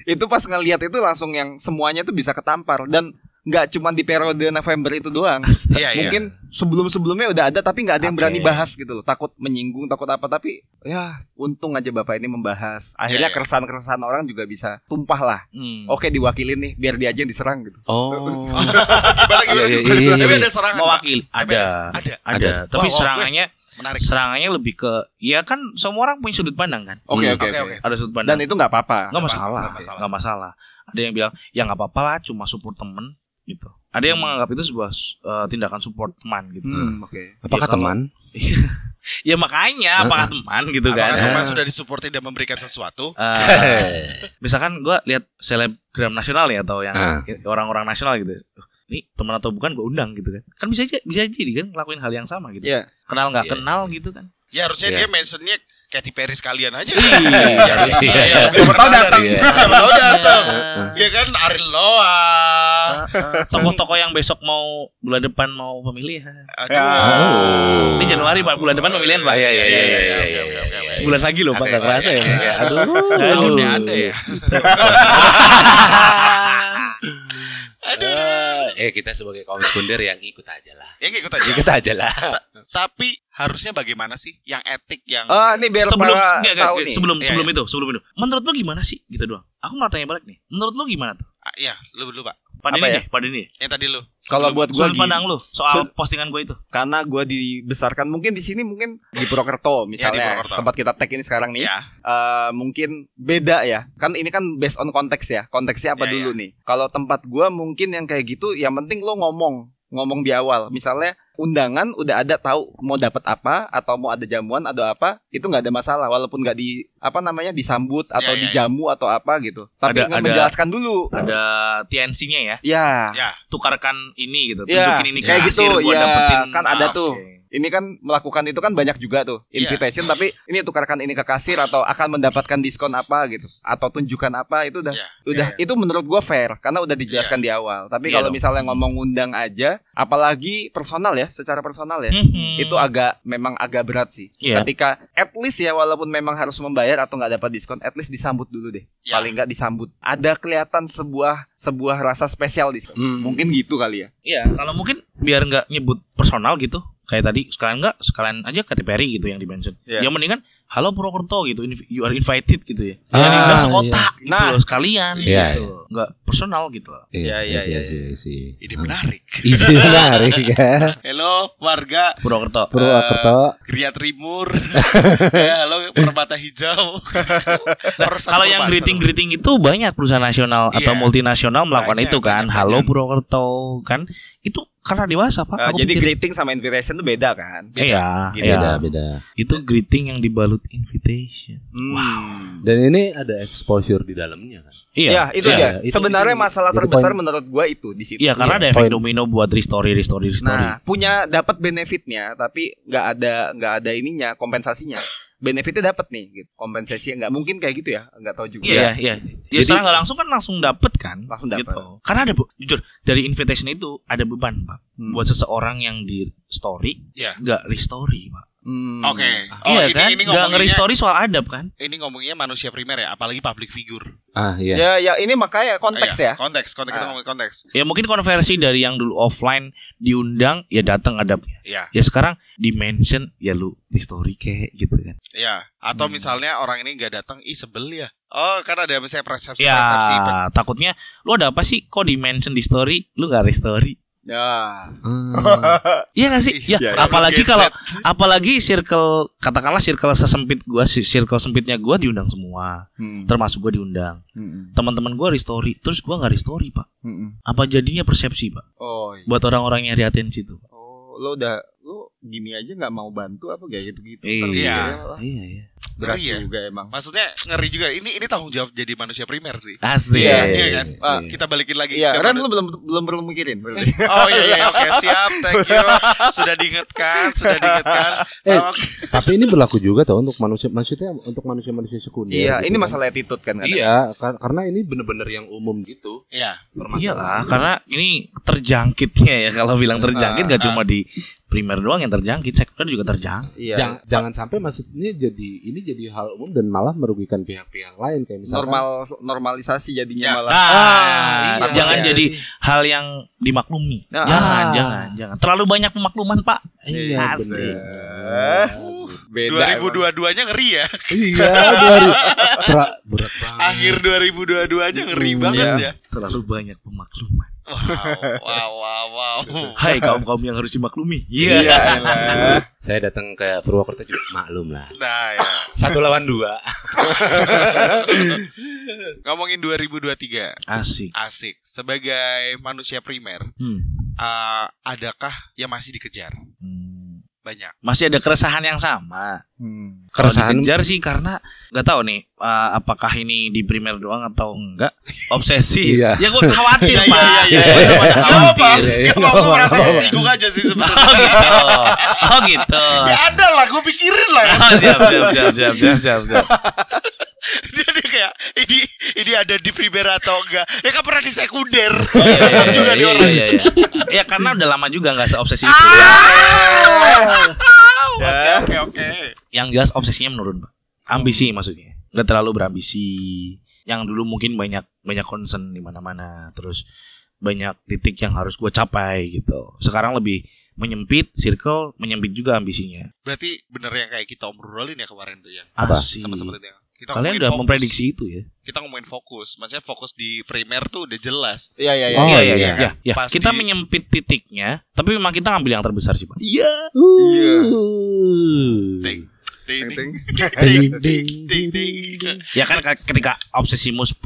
Speaker 3: Itu pas ngelihat itu langsung yang semuanya tuh bisa ketampar dan nggak cuma di periode November itu doang.
Speaker 1: Iya, iya.
Speaker 3: Mungkin sebelum-sebelumnya udah ada tapi nggak ada yang
Speaker 2: Oke.
Speaker 3: berani bahas gitu loh. Takut menyinggung, takut apa tapi ya untung aja Bapak ini membahas.
Speaker 1: Iya,
Speaker 3: Akhirnya
Speaker 1: iya.
Speaker 3: keresahan-keresahan orang juga bisa tumpah lah.
Speaker 2: Hmm.
Speaker 3: Oke diwakilin nih biar dia aja yang diserang gitu.
Speaker 6: Oh.
Speaker 1: Gimana, gimana?
Speaker 6: Iya, iya, iya,
Speaker 1: Tapi
Speaker 6: iya.
Speaker 1: ada serangan, Pak.
Speaker 2: Mewakili
Speaker 1: Tapi
Speaker 2: ada.
Speaker 1: Ada.
Speaker 2: Ada. Tapi
Speaker 1: Wah, wah,
Speaker 2: serangannya
Speaker 1: Menarik.
Speaker 2: serangannya lebih ke ya kan semua orang punya sudut pandang kan.
Speaker 3: Oke
Speaker 6: Hmm.
Speaker 1: Oke,
Speaker 3: oke oke.
Speaker 1: oke.
Speaker 2: Ada sudut
Speaker 3: Dan
Speaker 2: pandang.
Speaker 3: itu nggak apa-apa.
Speaker 2: nggak masalah,
Speaker 1: nggak masalah.
Speaker 2: nggak masalah. Ada yang bilang ya nggak apa-apa lah, cuma support temen gitu. Ada yang menganggap itu sebuah eh, tindakan support teman gitu.
Speaker 3: Hmm, oke.
Speaker 6: Apakah
Speaker 2: Iya, kalau-
Speaker 6: teman?
Speaker 2: Ya makanya apakah teman gitu kan.
Speaker 1: Apakah teman
Speaker 6: Ah.
Speaker 1: sudah disupport tidak memberikan sesuatu?
Speaker 2: Eh, misalkan gue lihat selebgram nasional ya atau yang
Speaker 6: Ah.
Speaker 2: orang-orang nasional gitu ini teman atau bukan gue undang gitu kan kan bisa aja bisa jadi kan ngelakuin hal yang sama gitu
Speaker 3: Iya.
Speaker 2: kenal nggak
Speaker 6: Iya,
Speaker 2: kenal gitu kan
Speaker 1: Ya harusnya
Speaker 6: Iya.
Speaker 1: dia mentionnya Katy Perry sekalian aja.
Speaker 6: Iya, iya, iya.
Speaker 1: Siapa tahu datang.
Speaker 6: Iya.
Speaker 1: Siapa tahu datang.
Speaker 2: Eh,
Speaker 1: Ya kan Ariel Noah.
Speaker 2: ah.
Speaker 6: Ya.
Speaker 2: tokoh-tokoh yang besok mau bulan depan mau pemilihan
Speaker 3: Ya.
Speaker 1: Aduh.
Speaker 6: Oh.
Speaker 2: ini Januari pak bulan depan pemilihan pak
Speaker 6: Iya, iya, iya, iya, iya, iya,
Speaker 1: Oke,
Speaker 6: iya,
Speaker 1: oke, oke.
Speaker 6: iya.
Speaker 2: sebulan lagi loh pak nggak kerasa ya Pak. aduh
Speaker 1: Tahunnya Anda ya. Aduh.
Speaker 6: Eh, kita sebagai kaum sekunder yang ikut aja lah.
Speaker 1: Ya ikut aja.
Speaker 3: Iya.
Speaker 6: Ikut aja lah.
Speaker 1: Tapi harusnya bagaimana sih yang etik yang
Speaker 3: Ah, ini biar
Speaker 2: sebelum
Speaker 3: para
Speaker 2: enggak, enggak,
Speaker 3: tahu nih.
Speaker 2: sebelum
Speaker 1: Iya,
Speaker 2: sebelum itu sebelum itu menurut lu gimana sih gitu doang aku malah tanya balik nih menurut lu gimana tuh
Speaker 1: Ah, ya lu dulu Pak.
Speaker 2: pada ini
Speaker 3: Apa ya?
Speaker 2: deh pada ini deh.
Speaker 1: Yang tadi lu.
Speaker 3: Kalau buat gua
Speaker 2: sudut
Speaker 3: gini,
Speaker 2: pandang lu soal
Speaker 3: sud-
Speaker 2: postingan gue itu
Speaker 3: karena gua dibesarkan mungkin di sini mungkin di Purwokerto misalnya
Speaker 1: Purwokerto.
Speaker 3: tempat kita tag ini sekarang nih.
Speaker 1: Ya.
Speaker 3: eh mungkin beda ya. Kan ini kan based on konteks ya. Konteksnya apa
Speaker 1: Iya,
Speaker 3: dulu nih? Kalau tempat gua mungkin yang kayak gitu yang penting lo ngomong, ngomong di awal. Misalnya undangan udah ada tahu mau dapat apa atau mau ada jamuan atau apa, itu nggak ada masalah walaupun nggak di apa namanya disambut atau
Speaker 1: Iya, iya,
Speaker 3: dijamu atau apa gitu. Tapi
Speaker 2: Ada-
Speaker 3: nggak
Speaker 2: ada-
Speaker 3: menjelaskan dulu.
Speaker 2: ada TNC-nya ya
Speaker 3: Ya.
Speaker 2: tukarkan ini gitu
Speaker 3: Iya,
Speaker 2: tunjukin ini ke
Speaker 3: kayak
Speaker 2: kasir
Speaker 3: gitu,
Speaker 2: buat
Speaker 3: iya,
Speaker 2: dapetin
Speaker 3: kan ada
Speaker 2: Ah,
Speaker 3: tuh.
Speaker 2: oke.
Speaker 3: Ini kan melakukan itu kan banyak juga tuh
Speaker 1: Iya.
Speaker 3: invitation tapi ini tukarkan ini ke kasir atau akan mendapatkan diskon apa gitu atau tunjukkan apa itu udah
Speaker 1: Iya.
Speaker 3: udah itu menurut gua fair karena udah dijelaskan di awal. Tapi
Speaker 2: Iya
Speaker 3: kalau
Speaker 2: dong.
Speaker 3: misalnya ngomong undang aja apalagi personal ya, secara personal ya.
Speaker 2: Mhm.
Speaker 3: Itu agak memang agak berat sih.
Speaker 2: Iya.
Speaker 3: Ketika at least ya walaupun memang harus membayar atau nggak dapat diskon, at least disambut dulu deh.
Speaker 1: Iya.
Speaker 3: Paling nggak disambut. Ada kelihatan sebuah sebuah rasa spesial di situ.
Speaker 6: Hmm.
Speaker 3: Mungkin gitu kali ya.
Speaker 2: iya kalau mungkin biar nggak nyebut personal gitu kayak tadi sekalian enggak sekalian aja KTPRI gitu yang dimention.
Speaker 3: Iya.
Speaker 2: Yang mendingan halo Purwokerto gitu, inv- you are invited gitu ya.
Speaker 6: Ah,
Speaker 2: Jadi enggak
Speaker 6: iya.
Speaker 2: sekotak gitu
Speaker 3: Nah.
Speaker 2: loh, sekalian
Speaker 6: Iya,
Speaker 2: gitu. Enggak personal gitu loh.
Speaker 3: Iya, iya, iya,
Speaker 6: sih, sih.
Speaker 1: Ini
Speaker 6: Ah.
Speaker 1: menarik.
Speaker 6: Ide menarik ya.
Speaker 1: Halo warga
Speaker 2: Purwokerto.
Speaker 6: Purwokerto.
Speaker 1: Gria Trimur. ya, halo Permata Hijau.
Speaker 2: Nah, kalau yang greeting-greeting itu banyak perusahaan nasional atau
Speaker 1: Iya.
Speaker 2: multinasional melakukan
Speaker 1: Banyak,
Speaker 2: itu kan.
Speaker 1: banyak,
Speaker 2: Halo
Speaker 1: banyak.
Speaker 2: Purwokerto kan. Itu karena dewasa, Pak.
Speaker 3: Nah,
Speaker 2: Aku
Speaker 3: jadi
Speaker 2: pikir-
Speaker 3: greeting sama invitation tuh beda kan?
Speaker 2: Iya,
Speaker 3: Gitu.
Speaker 2: iya.
Speaker 6: Beda, beda.
Speaker 2: Itu greeting yang dibalut invitation.
Speaker 3: Wow.
Speaker 6: Dan ini ada exposure di dalamnya kan.
Speaker 2: Iya.
Speaker 3: Ya, itu
Speaker 6: Iya,
Speaker 3: dia.
Speaker 6: itu-
Speaker 3: Sebenarnya
Speaker 6: itu-
Speaker 3: masalah
Speaker 6: itu
Speaker 3: terbesar
Speaker 6: poin.
Speaker 3: menurut gua itu di situ.
Speaker 2: Iya, karena
Speaker 6: Iya,
Speaker 2: ada efek
Speaker 6: poin.
Speaker 2: domino buat restory, restory, restory.
Speaker 3: Nah, punya dapat benefitnya, tapi nggak ada nggak ada ininya kompensasinya. Benefitnya dapat nih, gitu. kompensasi nggak mungkin kayak gitu ya, nggak tahu juga.
Speaker 2: Iya, iya. Ya
Speaker 6: Jadi-
Speaker 2: secara nggak langsung kan langsung dapet kan.
Speaker 3: Langsung dapet.
Speaker 2: Karena ada bu- jujur dari invitation itu ada beban pak.
Speaker 3: Hmm.
Speaker 2: Buat seseorang yang di story
Speaker 1: Iya.
Speaker 2: nggak restory pak.
Speaker 3: Hmm.
Speaker 1: Oke. Oh,
Speaker 2: iya
Speaker 1: ini,
Speaker 2: kan? nggak
Speaker 1: ini ngomonginnya,
Speaker 2: nge-restory soal adab kan?
Speaker 1: ini ngomonginnya manusia primer ya, apalagi public figure.
Speaker 6: Ah, iya.
Speaker 3: Ya, ya ini makanya konteks
Speaker 1: Iya,
Speaker 3: ya.
Speaker 1: Konteks, konteks kita
Speaker 3: Ah.
Speaker 1: ngomongin konteks.
Speaker 2: Ya mungkin konversi dari yang dulu offline diundang ya datang adabnya.
Speaker 1: Iya,
Speaker 2: Ya sekarang di mention ya lu di story kayak gitu kan.
Speaker 1: iya. Atau
Speaker 2: Hmm.
Speaker 1: misalnya orang ini nggak datang, ih sebel ya. Oh, karena ada misalnya persepsi
Speaker 2: Ya
Speaker 1: persepsi.
Speaker 2: takutnya lu ada apa sih kok di mention di story lu nggak restory?
Speaker 3: Ya.
Speaker 6: Ah.
Speaker 2: Iya nggak sih?
Speaker 1: Ih,
Speaker 2: Ya,
Speaker 1: iya,
Speaker 2: apalagi
Speaker 1: iya,
Speaker 2: kalau
Speaker 1: mindset.
Speaker 2: apalagi circle katakanlah circle sesempit gua si- circle sempitnya gua diundang semua
Speaker 3: Hmm.
Speaker 2: termasuk gua diundang
Speaker 3: Hmm.
Speaker 2: teman-teman gua restory terus gua nggak restory pak
Speaker 3: Hmm.
Speaker 2: apa jadinya persepsi pak
Speaker 3: Oh, iya.
Speaker 2: buat orang-orang yang nyari atensi itu
Speaker 3: oh, lo udah lo gini aja nggak mau bantu apa kayak gitu gitu.
Speaker 1: Iya.
Speaker 2: iya iya
Speaker 3: Berat
Speaker 1: Ngeri ya.
Speaker 3: juga emang.
Speaker 1: Maksudnya ngeri juga. Ini ini tanggung jawab jadi manusia primer sih.
Speaker 2: asik
Speaker 3: Iya,
Speaker 1: iya kan?
Speaker 3: Ah,
Speaker 2: Iya.
Speaker 1: Kita balikin lagi
Speaker 3: Iya,
Speaker 1: ke
Speaker 3: kan
Speaker 1: manu-
Speaker 3: lo belum belum perlu mikirin. berarti.
Speaker 1: Oh iya iya oke siap thank you sudah diingatkan sudah diingatkan Oh,
Speaker 6: Eh,
Speaker 1: Oke.
Speaker 6: Tapi ini berlaku juga tuh untuk manusia maksudnya untuk manusia-manusia sekunder.
Speaker 3: Iya,
Speaker 6: gitu
Speaker 3: ini
Speaker 6: kan.
Speaker 3: masalah attitude kan. kadang.
Speaker 6: Iya, kar- karena ini bener-bener yang umum gitu.
Speaker 1: Iya
Speaker 2: iyalah karena ini terjangkitnya ya kalau bilang terjangkit nggak cuma di primer doang yang terjangkit sektor juga terjangkit
Speaker 3: Iya.
Speaker 6: Jangan, jangan sampai maksudnya jadi ini jadi hal umum dan malah merugikan pihak-pihak lain kayak misalkan
Speaker 3: Normal normalisasi jadinya
Speaker 1: Ya.
Speaker 3: malah.
Speaker 2: Ah,
Speaker 3: iya.
Speaker 2: jangan
Speaker 3: Iya.
Speaker 2: jadi hal yang dimaklumi.
Speaker 3: Ah.
Speaker 2: Jangan, jangan, jangan. Terlalu banyak pemakluman, Pak.
Speaker 6: Iya,
Speaker 2: Asik.
Speaker 6: bener.
Speaker 3: Eh, Beda.
Speaker 1: 2022-nya ngeri ya
Speaker 2: Hmm.
Speaker 6: iya, dari Tra- berat banget.
Speaker 1: akhir 2022-nya ngeri
Speaker 6: Hmm,
Speaker 1: banget
Speaker 3: iya.
Speaker 1: ya
Speaker 2: Terlalu banyak pemakluman.
Speaker 1: wow wow wow, wow.
Speaker 2: Hai kaum kaum yang harus dimaklumi.
Speaker 3: emang.
Speaker 2: Iya.
Speaker 3: Iya. elah.
Speaker 6: Saya datang ke Purwokerto juga maklum lah.
Speaker 1: Nah ya
Speaker 6: Satu lawan dua.
Speaker 1: ngomongin 2023
Speaker 2: Asik.
Speaker 1: asik sebagai manusia primer
Speaker 2: Hmm.
Speaker 1: eh, adakah yang masih dikejar
Speaker 2: Hmm.
Speaker 1: banyak
Speaker 2: Masih ada keresahan yang sama.
Speaker 3: Hmm.
Speaker 2: Kalau
Speaker 6: Keresahan-
Speaker 2: dikejar sih karena nggak tahu nih eh, apakah ini di primer doang atau enggak. Obsesi.
Speaker 6: Iya.
Speaker 2: Ya gue khawatir
Speaker 1: Iya,
Speaker 2: pak.
Speaker 1: iya, iya,
Speaker 2: Gua cuma
Speaker 1: Gak apa
Speaker 2: khawatir.
Speaker 1: Kita
Speaker 6: Iya.
Speaker 1: mau aku merasa tersinggung aja sih
Speaker 2: Oh
Speaker 1: sebenarnya
Speaker 2: gitu. Oh gitu.
Speaker 1: Ya ada lah Gue pikirin lah
Speaker 2: Oh, siap siap siap siap siap siap. siap.
Speaker 1: Jadi kayak ini ini ada di primer atau enggak? Ya kan pernah di sekunder.
Speaker 2: Iya,
Speaker 1: Serem
Speaker 2: iya,
Speaker 1: juga nih Ah,
Speaker 2: iya,
Speaker 1: orang.
Speaker 2: iya, iya. Ya karena udah lama juga nggak seobsesi itu.
Speaker 1: Oke oke oke.
Speaker 2: yang jelas obsesinya menurun pak ambisi maksudnya nggak terlalu berambisi yang dulu mungkin banyak banyak concern di mana-mana terus banyak titik yang harus gue capai gitu sekarang lebih menyempit circle menyempit juga ambisinya
Speaker 1: Berarti bener yang kayak kita obrolin ya kemarin tuh yang
Speaker 6: Apa?
Speaker 2: Asik.
Speaker 1: sama seperti yang kita
Speaker 2: kalian
Speaker 1: ngomongin
Speaker 2: udah
Speaker 1: fokus.
Speaker 2: memprediksi itu ya
Speaker 1: Kita ngomongin fokus, maksudnya fokus di primer tuh udah jelas.
Speaker 3: Iya, iya, iya.
Speaker 6: Oh,
Speaker 2: iya iya
Speaker 6: iya.
Speaker 2: iya ya, ya.
Speaker 1: Pas
Speaker 2: kita
Speaker 1: di-
Speaker 2: menyempit titiknya tapi memang kita ngambil yang terbesar sih pak iya
Speaker 3: Iya.
Speaker 1: Ting, ting, ting,
Speaker 6: Ding,
Speaker 1: ting,
Speaker 6: ding,
Speaker 1: ting, ting.
Speaker 2: ya kan ke- ketika obsesimu 10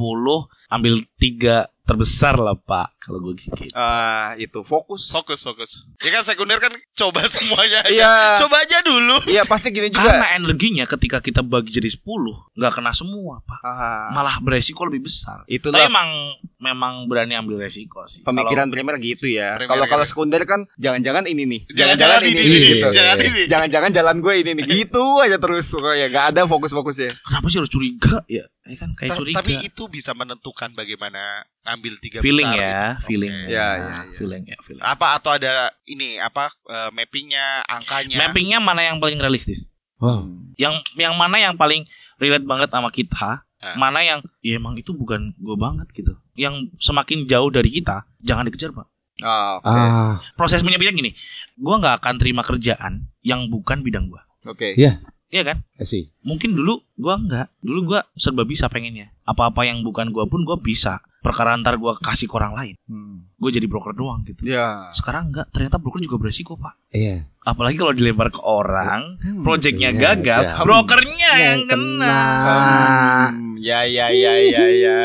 Speaker 2: ambil tiga terbesar lah pak kalau gue gitu
Speaker 3: Ah, itu fokus.
Speaker 1: Fokus fokus. Ya kan sekunder kan coba semuanya aja.
Speaker 3: Iya.
Speaker 1: Coba aja dulu.
Speaker 3: Iya, pasti gini juga.
Speaker 2: karena energinya ketika kita bagi jadi 10 nggak kena semua pak
Speaker 3: Ah,
Speaker 2: malah beresiko lebih besar. Tapi
Speaker 3: itulah
Speaker 2: emang memang berani ambil resiko sih.
Speaker 3: pemikiran primer gitu ya.
Speaker 1: Primer,
Speaker 3: Kalau kalau
Speaker 1: iya.
Speaker 3: sekunder kan jangan-jangan ini nih.
Speaker 1: Jangan-jangan ini, ini,
Speaker 6: ini,
Speaker 1: ini,
Speaker 6: gitu.
Speaker 1: jangan ini.
Speaker 3: Jangan-jangan jalan gue ini nih. Gitu aja terus pokoknya nggak ada fokus-fokusnya.
Speaker 2: Kalau, kenapa sih harus curiga ya? Ya kan kayak
Speaker 1: Ta-
Speaker 2: curiga.
Speaker 1: Tapi itu bisa menentukan bagaimana ngambil tiga
Speaker 2: feeling
Speaker 1: besar
Speaker 2: ya,
Speaker 1: itu.
Speaker 2: feeling.
Speaker 1: Oke.
Speaker 3: Ya, ya, ya.
Speaker 2: Feeling ya, feeling.
Speaker 1: Apa atau ada ini apa eh, mappingnya,
Speaker 3: Ya.
Speaker 1: angkanya?
Speaker 2: Mappingnya mana yang paling realistis?
Speaker 6: Wow.
Speaker 2: Yang yang mana yang paling relate banget sama kita?
Speaker 1: Ah.
Speaker 2: Mana ya yang ya emang itu bukan gue banget gitu. Yang semakin jauh dari kita, jangan dikejar, Pak.
Speaker 3: Ah, oke.
Speaker 4: Ah,
Speaker 2: Proses menyampaikan gini, gua nggak akan terima kerjaan yang bukan bidang gua.
Speaker 3: Oke.
Speaker 2: Iya kan?
Speaker 4: I see.
Speaker 2: Mungkin dulu gua nggak, dulu gua serba bisa pengennya. Apa-apa yang bukan gua pun gua bisa. Perkara ntar gua kasih ke orang lain.
Speaker 3: Hmm.
Speaker 2: Gue jadi broker doang gitu.
Speaker 3: Ya.
Speaker 2: Sekarang nggak, ternyata broker juga beresiko, Pak.
Speaker 4: Iya.
Speaker 2: Apalagi kalau dilempar ke orang,
Speaker 3: gitu ya,
Speaker 2: projectnya
Speaker 4: Iya,
Speaker 2: gagal,
Speaker 4: iya.
Speaker 2: brokernya yang kena.
Speaker 3: Hmm, ya ya ya ya ya.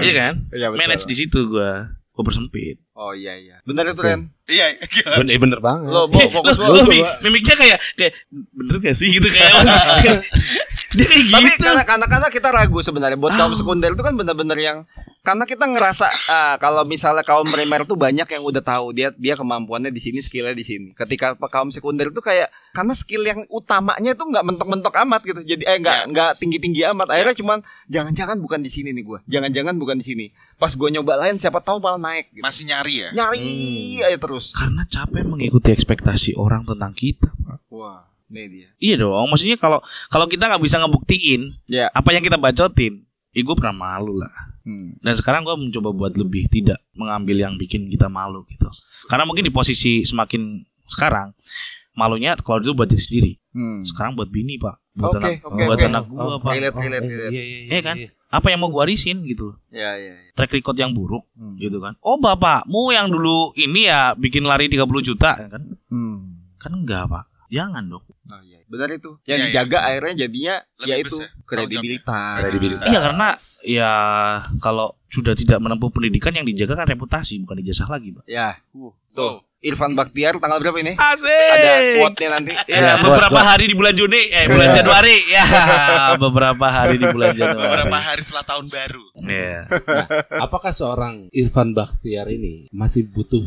Speaker 2: Iya kan?
Speaker 3: Iya, betul.
Speaker 2: Manage di situ gua. Gue bersempit.
Speaker 3: Oh iya iya. Bener itu
Speaker 4: Oke.
Speaker 3: Ren.
Speaker 1: Iya,
Speaker 4: Bener, eh, bener banget.
Speaker 3: Lo Bo, Oh, fokus
Speaker 2: Lo- lo
Speaker 3: lo.
Speaker 2: mi- mimiknya kayak kayak bener gak sih gitu kayak dia kayak
Speaker 3: Tapi
Speaker 2: gitu. Ah.
Speaker 3: karena karena kita ragu sebenarnya buat kaum sekunder itu kan benar-benar yang karena kita ngerasa ah, kalau misalnya kaum primer tuh banyak yang udah tahu dia dia kemampuannya di sini skillnya di sini. Ketika pe- kaum sekunder itu kayak karena skill yang utamanya tuh nggak mentok-mentok amat gitu. Jadi eh nggak
Speaker 2: Ya.
Speaker 3: nggak tinggi-tinggi amat. Akhirnya cuman jangan-jangan bukan di sini nih gua. Jangan-jangan bukan di sini. Pas gua nyoba lain siapa tahu malah naik. Gitu.
Speaker 1: masih nyari ya.
Speaker 3: Nyari
Speaker 2: Hmm.
Speaker 3: aja terus.
Speaker 2: Karena capek mengikuti ekspektasi orang tentang kita. Pak.
Speaker 3: Wah, ini dia.
Speaker 2: Iya dong, maksudnya kalau kalau kita nggak bisa ngebuktiin
Speaker 3: Ya.
Speaker 2: apa yang kita bacotin, ya gue pernah malu lah.
Speaker 3: Hmm.
Speaker 2: Dan sekarang gue mencoba buat lebih tidak mengambil yang bikin kita malu gitu. Karena mungkin di posisi semakin sekarang malunya kalau dulu buat diri sendiri,
Speaker 3: Hmm.
Speaker 2: sekarang buat bini pak, buat
Speaker 3: Oke,
Speaker 2: anak,
Speaker 3: oke,
Speaker 2: buat
Speaker 3: oke.
Speaker 2: anak gue
Speaker 4: Oh,
Speaker 2: pak.
Speaker 3: Relate, relate, relate.
Speaker 6: Iya, iya,
Speaker 2: Iya kan? Apa yang mau gue warisin gitu?
Speaker 3: Ya, ya. ya.
Speaker 2: track record yang buruk
Speaker 3: Hmm.
Speaker 2: gitu kan. Oh bapakmu yang dulu ini ya bikin lari 30 juta kan?
Speaker 3: Hmm.
Speaker 2: Kan enggak pak. Jangan dong.
Speaker 3: Oh, iya. Benar itu. Yang
Speaker 1: Iya,
Speaker 3: dijaga akhirnya jadinya
Speaker 1: Lebih
Speaker 3: yaitu
Speaker 1: besar.
Speaker 3: kredibilitas.
Speaker 6: Kredibilitas.
Speaker 2: Iya karena ya kalau sudah tidak menempuh pendidikan yang dijaga kan reputasi bukan ijazah lagi pak.
Speaker 3: Ya.
Speaker 1: Tuh.
Speaker 3: Irfan Baktiar tanggal berapa
Speaker 1: Eh,
Speaker 3: ini?
Speaker 2: Asik.
Speaker 3: Ada quote-nya nanti.
Speaker 2: Ya,
Speaker 6: Iya,
Speaker 2: beberapa
Speaker 6: buat, buat.
Speaker 2: hari di bulan Juni, eh bulan
Speaker 1: Iya.
Speaker 2: Januari, ya beberapa hari di bulan Januari.
Speaker 1: Beberapa hari setelah tahun baru.
Speaker 2: Iya.
Speaker 4: Apakah seorang Irfan Bakhtiar ini masih butuh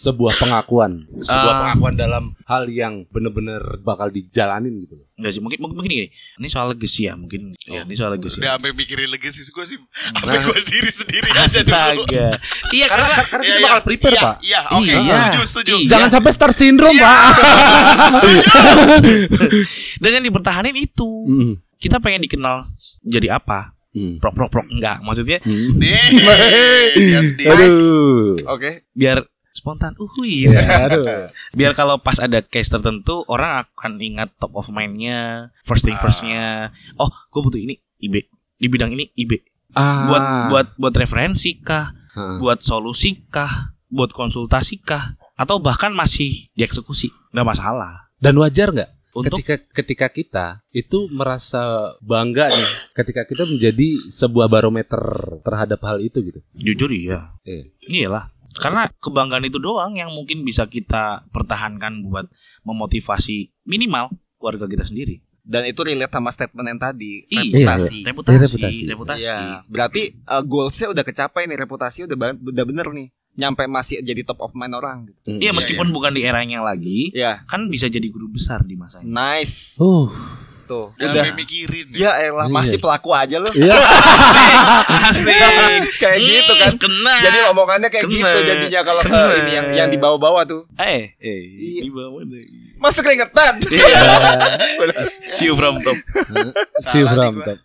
Speaker 4: sebuah pengakuan, sebuah
Speaker 2: Ah.
Speaker 4: pengakuan dalam hal yang bener-bener bakal dijalanin gitu loh?
Speaker 2: Enggak sih, mungkin mungkin gini. Ini soal legacy ya, mungkin. Ya, ini soal legacy.
Speaker 1: Udah sampai mikirin legacy gue sih. Sampai gue diri sendiri aja dulu.
Speaker 2: Nah. Astaga. Iya
Speaker 4: Karena,
Speaker 2: karena
Speaker 4: karena
Speaker 1: Iya,
Speaker 4: kita
Speaker 1: iya.
Speaker 4: bakal prepare
Speaker 1: Iya,
Speaker 4: pak.
Speaker 1: Iya, oke,
Speaker 2: Iya.
Speaker 1: setuju, setuju.
Speaker 2: Iya.
Speaker 4: Jangan sampai star syndrome pak.
Speaker 2: dan yang dipertahanin itu.
Speaker 4: Mm,
Speaker 2: kita pengen dikenal jadi apa
Speaker 4: mm,
Speaker 2: prok prok prok enggak maksudnya Iya.
Speaker 4: mm.
Speaker 1: Nih, iya, dia sendiri.
Speaker 4: Aduh.
Speaker 3: Oke.
Speaker 2: biar spontan uhui
Speaker 4: Ya, aduh.
Speaker 2: biar kalau pas ada case tertentu orang akan ingat top of mind-nya first
Speaker 4: Ah.
Speaker 2: thing first-nya oh gue butuh ini IB di bidang ini IB
Speaker 4: Ah.
Speaker 2: buat buat buat referensi kah
Speaker 4: Ah.
Speaker 2: buat solusi kah buat konsultasi kah atau bahkan masih dieksekusi nggak masalah
Speaker 4: Dan wajar nggak?
Speaker 2: untuk
Speaker 4: ketika ketika kita itu merasa bangga nih ketika kita menjadi sebuah barometer terhadap hal itu gitu
Speaker 2: jujur iya
Speaker 4: Iya.
Speaker 2: iyalah karena kebanggaan itu doang yang mungkin bisa kita pertahankan buat memotivasi minimal keluarga kita sendiri
Speaker 3: Dan itu relate sama statement yang tadi,
Speaker 2: Iya.
Speaker 3: reputasi.
Speaker 2: reputasi
Speaker 4: Iya,
Speaker 2: reputasi,
Speaker 4: reputasi.
Speaker 3: Iya. Berarti uh, goalsnya udah kecapai nih, reputasi udah ba- udah bener nih. Nyampe masih jadi top of mind orang gitu.
Speaker 4: Hmm,
Speaker 2: iya meskipun bukan di eranya lagi
Speaker 3: Ya.
Speaker 2: kan bisa jadi guru besar di masanya
Speaker 3: Nice.
Speaker 4: uh
Speaker 3: Tuh.
Speaker 1: Udah
Speaker 3: Udah.
Speaker 1: mikirin.
Speaker 3: Ya elah, masih
Speaker 4: Iya.
Speaker 3: pelaku aja lu.
Speaker 4: Iya.
Speaker 2: asik
Speaker 3: Kayak gitu kan.
Speaker 2: Hmm, kena
Speaker 3: Jadi omongannya kayak
Speaker 2: Kena.
Speaker 3: gitu jadinya kalau ke
Speaker 2: Kena.
Speaker 3: ini yang yang dibawa-bawa tuh.
Speaker 2: eh eh
Speaker 3: Iya.
Speaker 2: di bawah lagi.
Speaker 3: Masuk keringetan.
Speaker 2: see you from top
Speaker 1: Salah
Speaker 4: Si
Speaker 1: nih
Speaker 4: Bram,
Speaker 1: gua.
Speaker 4: Tom.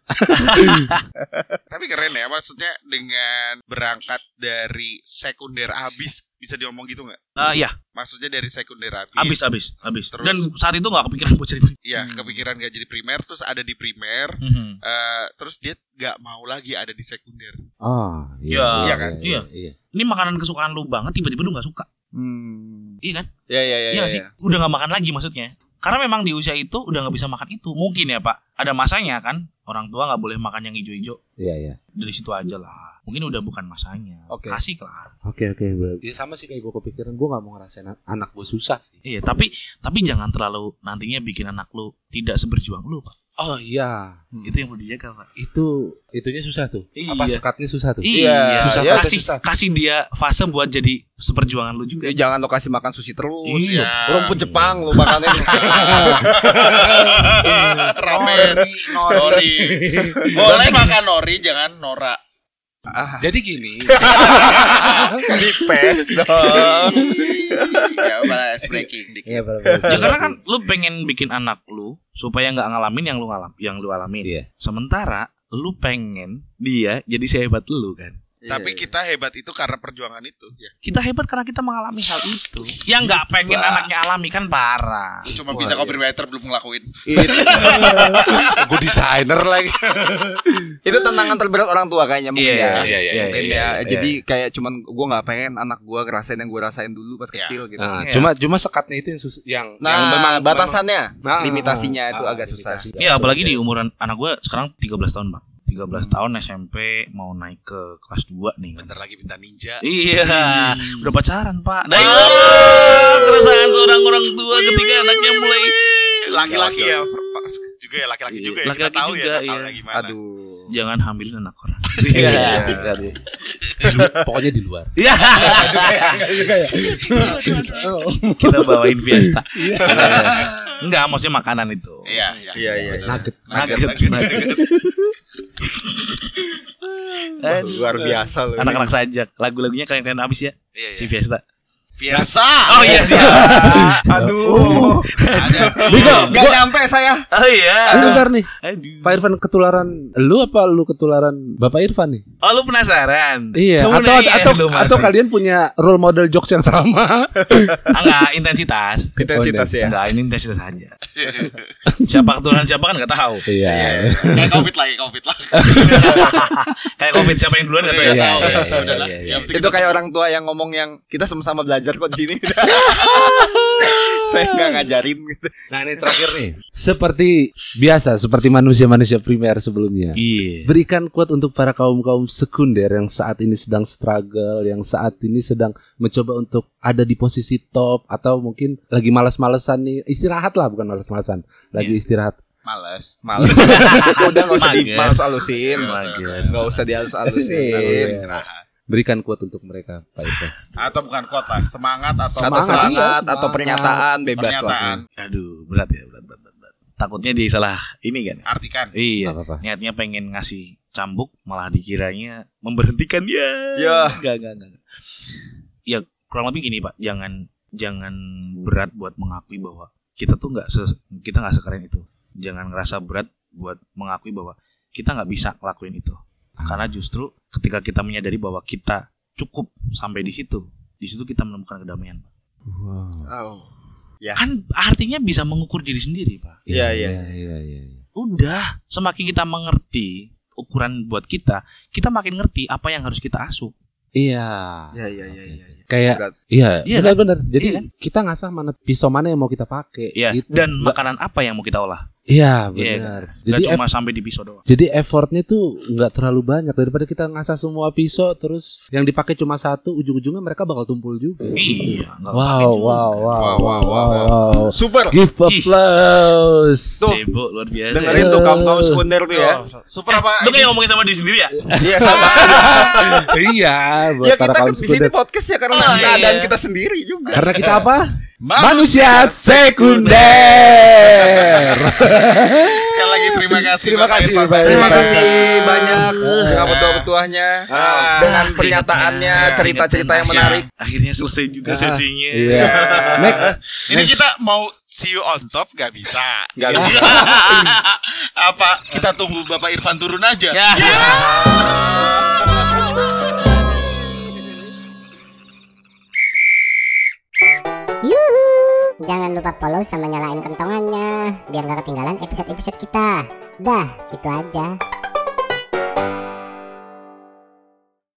Speaker 1: Tapi keren ya, maksudnya dengan berangkat dari sekunder abis bisa diomong gitu nggak?
Speaker 2: Ah, iya
Speaker 1: Maksudnya dari sekunder abis,
Speaker 2: habis habis habis
Speaker 1: Terus.
Speaker 2: dan saat itu nggak kepikiran buat jadi
Speaker 1: ya kepikiran gak jadi primer, terus ada di primer,
Speaker 2: Mhm.
Speaker 1: eh, terus dia nggak mau lagi ada di sekunder.
Speaker 4: Ah,
Speaker 2: Ya,
Speaker 1: iya kan?
Speaker 4: Iya. iya.
Speaker 2: ini makanan kesukaan lu banget tiba-tiba lu nggak suka
Speaker 3: Hmm.
Speaker 2: iya kan
Speaker 3: Ya ya ya.
Speaker 2: iya
Speaker 3: ya,
Speaker 2: nggak sih
Speaker 3: ya.
Speaker 2: udah nggak makan lagi maksudnya karena memang di usia itu udah nggak bisa makan itu mungkin ya pak ada masanya kan orang tua nggak boleh makan yang hijau-hijau
Speaker 4: Iya, iya.
Speaker 2: dari situ aja lah mungkin udah bukan masanya
Speaker 3: Oke.
Speaker 2: kasih lah
Speaker 4: Oke, oke, bro. Ya, sama sih kayak gue kepikiran gue gak mau ngerasain an- anak gue susah sih.
Speaker 2: Iya, tapi tapi jangan terlalu nantinya bikin anak lu tidak seberjuang lu, Pak.
Speaker 4: Oh iya,
Speaker 2: Itu yang perlu dijaga, Pak.
Speaker 4: itu itunya susah tuh. Apa
Speaker 2: Iya.
Speaker 4: sekatnya susah tuh?
Speaker 3: Iya,
Speaker 2: susah
Speaker 3: iya,
Speaker 2: ya, kasih
Speaker 4: susah.
Speaker 2: kasih dia fase buat jadi seperjuangan lu juga.
Speaker 3: Ya, jangan lo kasih makan sushi terus.
Speaker 2: Iya.
Speaker 3: Rumput Jepang lo makanin.
Speaker 1: Ramen, nori. Boleh makan nori, jangan norak.
Speaker 4: Jadi gini,
Speaker 3: Dipes
Speaker 1: dong. ya, malah ice breaking dikit.
Speaker 4: iya, bro.
Speaker 2: Ya karena kan lu pengen bikin anak lu supaya nggak ngalamin yang lu ngalam, yang lu alamin.
Speaker 4: Iya.
Speaker 2: Sementara lu pengen dia jadi sehebat lu kan.
Speaker 1: Iya. Tapi kita hebat itu karena perjuangan itu. Ya.
Speaker 2: Kita hebat karena kita mengalami hal itu. Yang nggak pengen anaknya alami kan parah.
Speaker 1: Lu cuma bisa copywriter belum ngelakuin.
Speaker 3: Iya.
Speaker 6: Gue desainer lagi.
Speaker 3: itu tantangan terberat orang tua kayaknya
Speaker 2: Iya,
Speaker 3: mungkin ya.
Speaker 6: Iya, iya,
Speaker 2: iya,
Speaker 3: Mungkin ya.
Speaker 2: iya.
Speaker 3: Jadi kayak cuman gue nggak pengen anak gue ngerasain yang gue rasain dulu pas
Speaker 1: Iya.
Speaker 3: kecil gitu.
Speaker 6: Nah,
Speaker 2: Iya.
Speaker 6: cuma cuma sekatnya itu yang sus- yang
Speaker 3: Nah,
Speaker 6: yang
Speaker 3: batasannya,
Speaker 6: memang- nah, ah,
Speaker 3: limitasinya itu
Speaker 6: ah,
Speaker 3: agak susah.
Speaker 6: limitasi.
Speaker 2: Iya apalagi di umuran anak gue sekarang 13 tahun bang 13 tahun SMP mau naik ke kelas 2 nih
Speaker 1: Hmm. Bentar lagi minta ninja.
Speaker 2: Iya Udah pacaran pak Nah itu Keresahan seorang orang tua ketika anaknya mulai
Speaker 1: Laki-laki ya per- juga ya laki-laki
Speaker 2: Iya,
Speaker 1: juga ya.
Speaker 2: laki-laki
Speaker 1: kita tahu
Speaker 2: juga,
Speaker 1: ya nakalnya
Speaker 2: iya.
Speaker 1: gimana.
Speaker 3: Aduh.
Speaker 2: Jangan hamilin anak orang
Speaker 6: Iya.
Speaker 2: segar ya.
Speaker 6: Di lu- Pokoknya di luar.
Speaker 2: Iya
Speaker 6: Iya,
Speaker 2: Kita bawain fiesta Eh, Enggak maksudnya makanan itu
Speaker 1: Iya, iya.
Speaker 3: Iya iya. iya.
Speaker 4: Nugget.
Speaker 1: Nugget,
Speaker 2: Nugget,
Speaker 1: nugget,
Speaker 2: nugget.
Speaker 1: nugget.
Speaker 3: Wah, Luar biasa loh.
Speaker 2: Eh, Anak-anak sajak Lagu-lagunya kalian-kalian habis ya
Speaker 1: Iya,
Speaker 2: Si
Speaker 1: iya.
Speaker 2: fiesta
Speaker 1: Biasa.
Speaker 2: Oh iya sih
Speaker 3: Aduh.
Speaker 1: Ada.
Speaker 3: Gak nyampe saya.
Speaker 2: Oh
Speaker 6: Nah.
Speaker 2: iya
Speaker 4: Lu bentar nih,
Speaker 2: Aduh.
Speaker 4: Pak Irfan ketularan lu apa lu ketularan Bapak Irfan nih?
Speaker 2: Oh lu penasaran?
Speaker 4: Iya,
Speaker 2: Kamu
Speaker 4: atau
Speaker 2: nanya
Speaker 4: atau
Speaker 2: lu masih.
Speaker 4: atau kalian punya role model jokes yang
Speaker 2: Ah,
Speaker 4: sama.
Speaker 2: Enggak, intensitas
Speaker 4: Oh,
Speaker 3: Intensitas
Speaker 4: iya,
Speaker 3: ya.
Speaker 2: Enggak, ini intensitas aja Siapa keturunan siapa kan gak tahu
Speaker 4: Iya.
Speaker 1: Kayak covid lagi, covid lagi.
Speaker 2: Kayak covid siapa yang duluan gak tahu
Speaker 1: Iya,
Speaker 2: ya
Speaker 1: tahu.
Speaker 4: iya, iya,
Speaker 1: Udah lah.
Speaker 4: iya, iya.
Speaker 1: Yang penting
Speaker 3: Itu
Speaker 1: kita
Speaker 3: kayak orang tua yang ngomong yang kita sama-sama belajar kok di sini. Saya nggak ngajarin gitu.
Speaker 6: Nah, ini terakhir nih.
Speaker 4: Seperti biasa, seperti manusia-manusia primer sebelumnya.
Speaker 2: Iya
Speaker 4: Berikan kuat untuk para kaum-kaum sekunder yang saat ini sedang struggle, yang saat ini sedang mencoba untuk ada di posisi top atau mungkin lagi malas-malesan nih, istirahat lah bukan malas-malesan, lagi istirahat.
Speaker 1: males.
Speaker 3: Males. Udah nggak usah
Speaker 2: Mager.
Speaker 3: dimalus-alusin. Nggak usah dihalus-halusin.
Speaker 4: Iya. Berikan kuat untuk mereka, Pak Irfan.
Speaker 1: Atau bukan kuat lah, semangat atau
Speaker 3: Atau
Speaker 4: Semangat,
Speaker 1: pesan,
Speaker 4: iya,
Speaker 3: semangat atau
Speaker 4: semangat.
Speaker 3: pernyataan bebas
Speaker 1: pernyataan,
Speaker 3: lah.
Speaker 2: Aduh, berat ya berat, berat, berat, berat. Takutnya dia salah ini kan ya?
Speaker 1: artikan.
Speaker 2: Iya
Speaker 4: Gak apa-apa.
Speaker 2: Niatnya pengen ngasih cambuk Malah dikiranya memberhentikan dia
Speaker 3: Ya.
Speaker 2: Enggak, enggak, enggak Ya kurang lebih gini pak Jangan jangan berat buat mengakui bahwa Kita tuh nggak se- kita nggak sekeren itu Jangan ngerasa berat buat mengakui bahwa Kita nggak bisa ngelakuin itu Karena justru ketika kita menyadari bahwa kita cukup sampai di situ di situ kita menemukan kedamaian Pak.
Speaker 4: Wow.
Speaker 3: Oh.
Speaker 2: kan artinya bisa mengukur diri sendiri pak
Speaker 3: Iya, iya.
Speaker 4: iya, iya.
Speaker 2: udah semakin kita mengerti ukuran buat kita kita makin ngerti apa yang harus kita asuh
Speaker 4: Iya.
Speaker 3: Iya iya iya iya. iya.
Speaker 4: Kayak
Speaker 3: Berat.
Speaker 4: iya,
Speaker 2: Iya kan?
Speaker 4: benar-benar. Jadi
Speaker 2: Iya kan?
Speaker 4: kita ngasah mana pisau mana yang mau kita pakai
Speaker 2: ya
Speaker 3: Iya.
Speaker 4: gitu.
Speaker 2: dan
Speaker 4: Nggak-
Speaker 2: makanan apa yang mau kita olah
Speaker 4: Iya,
Speaker 2: Iya
Speaker 4: benar.
Speaker 2: nggak
Speaker 4: Jadi eff-
Speaker 2: cuma sampai di pisau doang
Speaker 4: jadi effortnya tuh nggak terlalu banyak daripada kita ngasah semua pisau terus yang dipakai cuma satu ujung-ujungnya mereka bakal tumpul juga.
Speaker 2: iya nggak
Speaker 4: Wow, wow, wow, wow, wow, wow,
Speaker 3: Super.
Speaker 4: Give
Speaker 2: Ih.
Speaker 4: applause.
Speaker 3: Tuh.
Speaker 2: Debo, luar biasa
Speaker 3: Dengerin tuh kaum-kaum sekunder tuh ya.
Speaker 1: Yo, Oh, super apa?
Speaker 2: lu kayak ngomongin sama diri sendiri ya
Speaker 3: Iya sama.
Speaker 4: iya, buat
Speaker 3: Ya
Speaker 4: para
Speaker 3: kita kan
Speaker 4: kaum
Speaker 3: di sini
Speaker 4: sekunder.
Speaker 3: podcast ya karena
Speaker 2: Oh, iya.
Speaker 3: keadaan kita sendiri juga.
Speaker 4: Karena kita apa? Ah.
Speaker 1: Manusia.
Speaker 4: Manusia sekunder.
Speaker 1: Sekali lagi terima kasih.
Speaker 4: Terima
Speaker 1: Bapak
Speaker 4: kasih,
Speaker 1: Irfan.
Speaker 4: Bapak
Speaker 3: Terima
Speaker 4: Iya.
Speaker 3: kasih banyak dengan petua-petuanya
Speaker 1: Ah.
Speaker 3: dengan
Speaker 2: Nah,
Speaker 3: pernyataannya,
Speaker 2: Ingatnya,
Speaker 3: cerita-cerita yang
Speaker 2: ingatnya.
Speaker 3: menarik.
Speaker 2: iya, akhirnya selesai juga sesinya
Speaker 4: Iya. Next.
Speaker 1: Ini kita mau see you on top gak bisa.
Speaker 3: Gak
Speaker 1: Apa kita tunggu Bapak Irfan turun aja?
Speaker 2: Ya.
Speaker 7: Yuhu! Jangan lupa follow sama nyalain kentongannya biar nggak ketinggalan episode-episode kita. Dah, itu aja.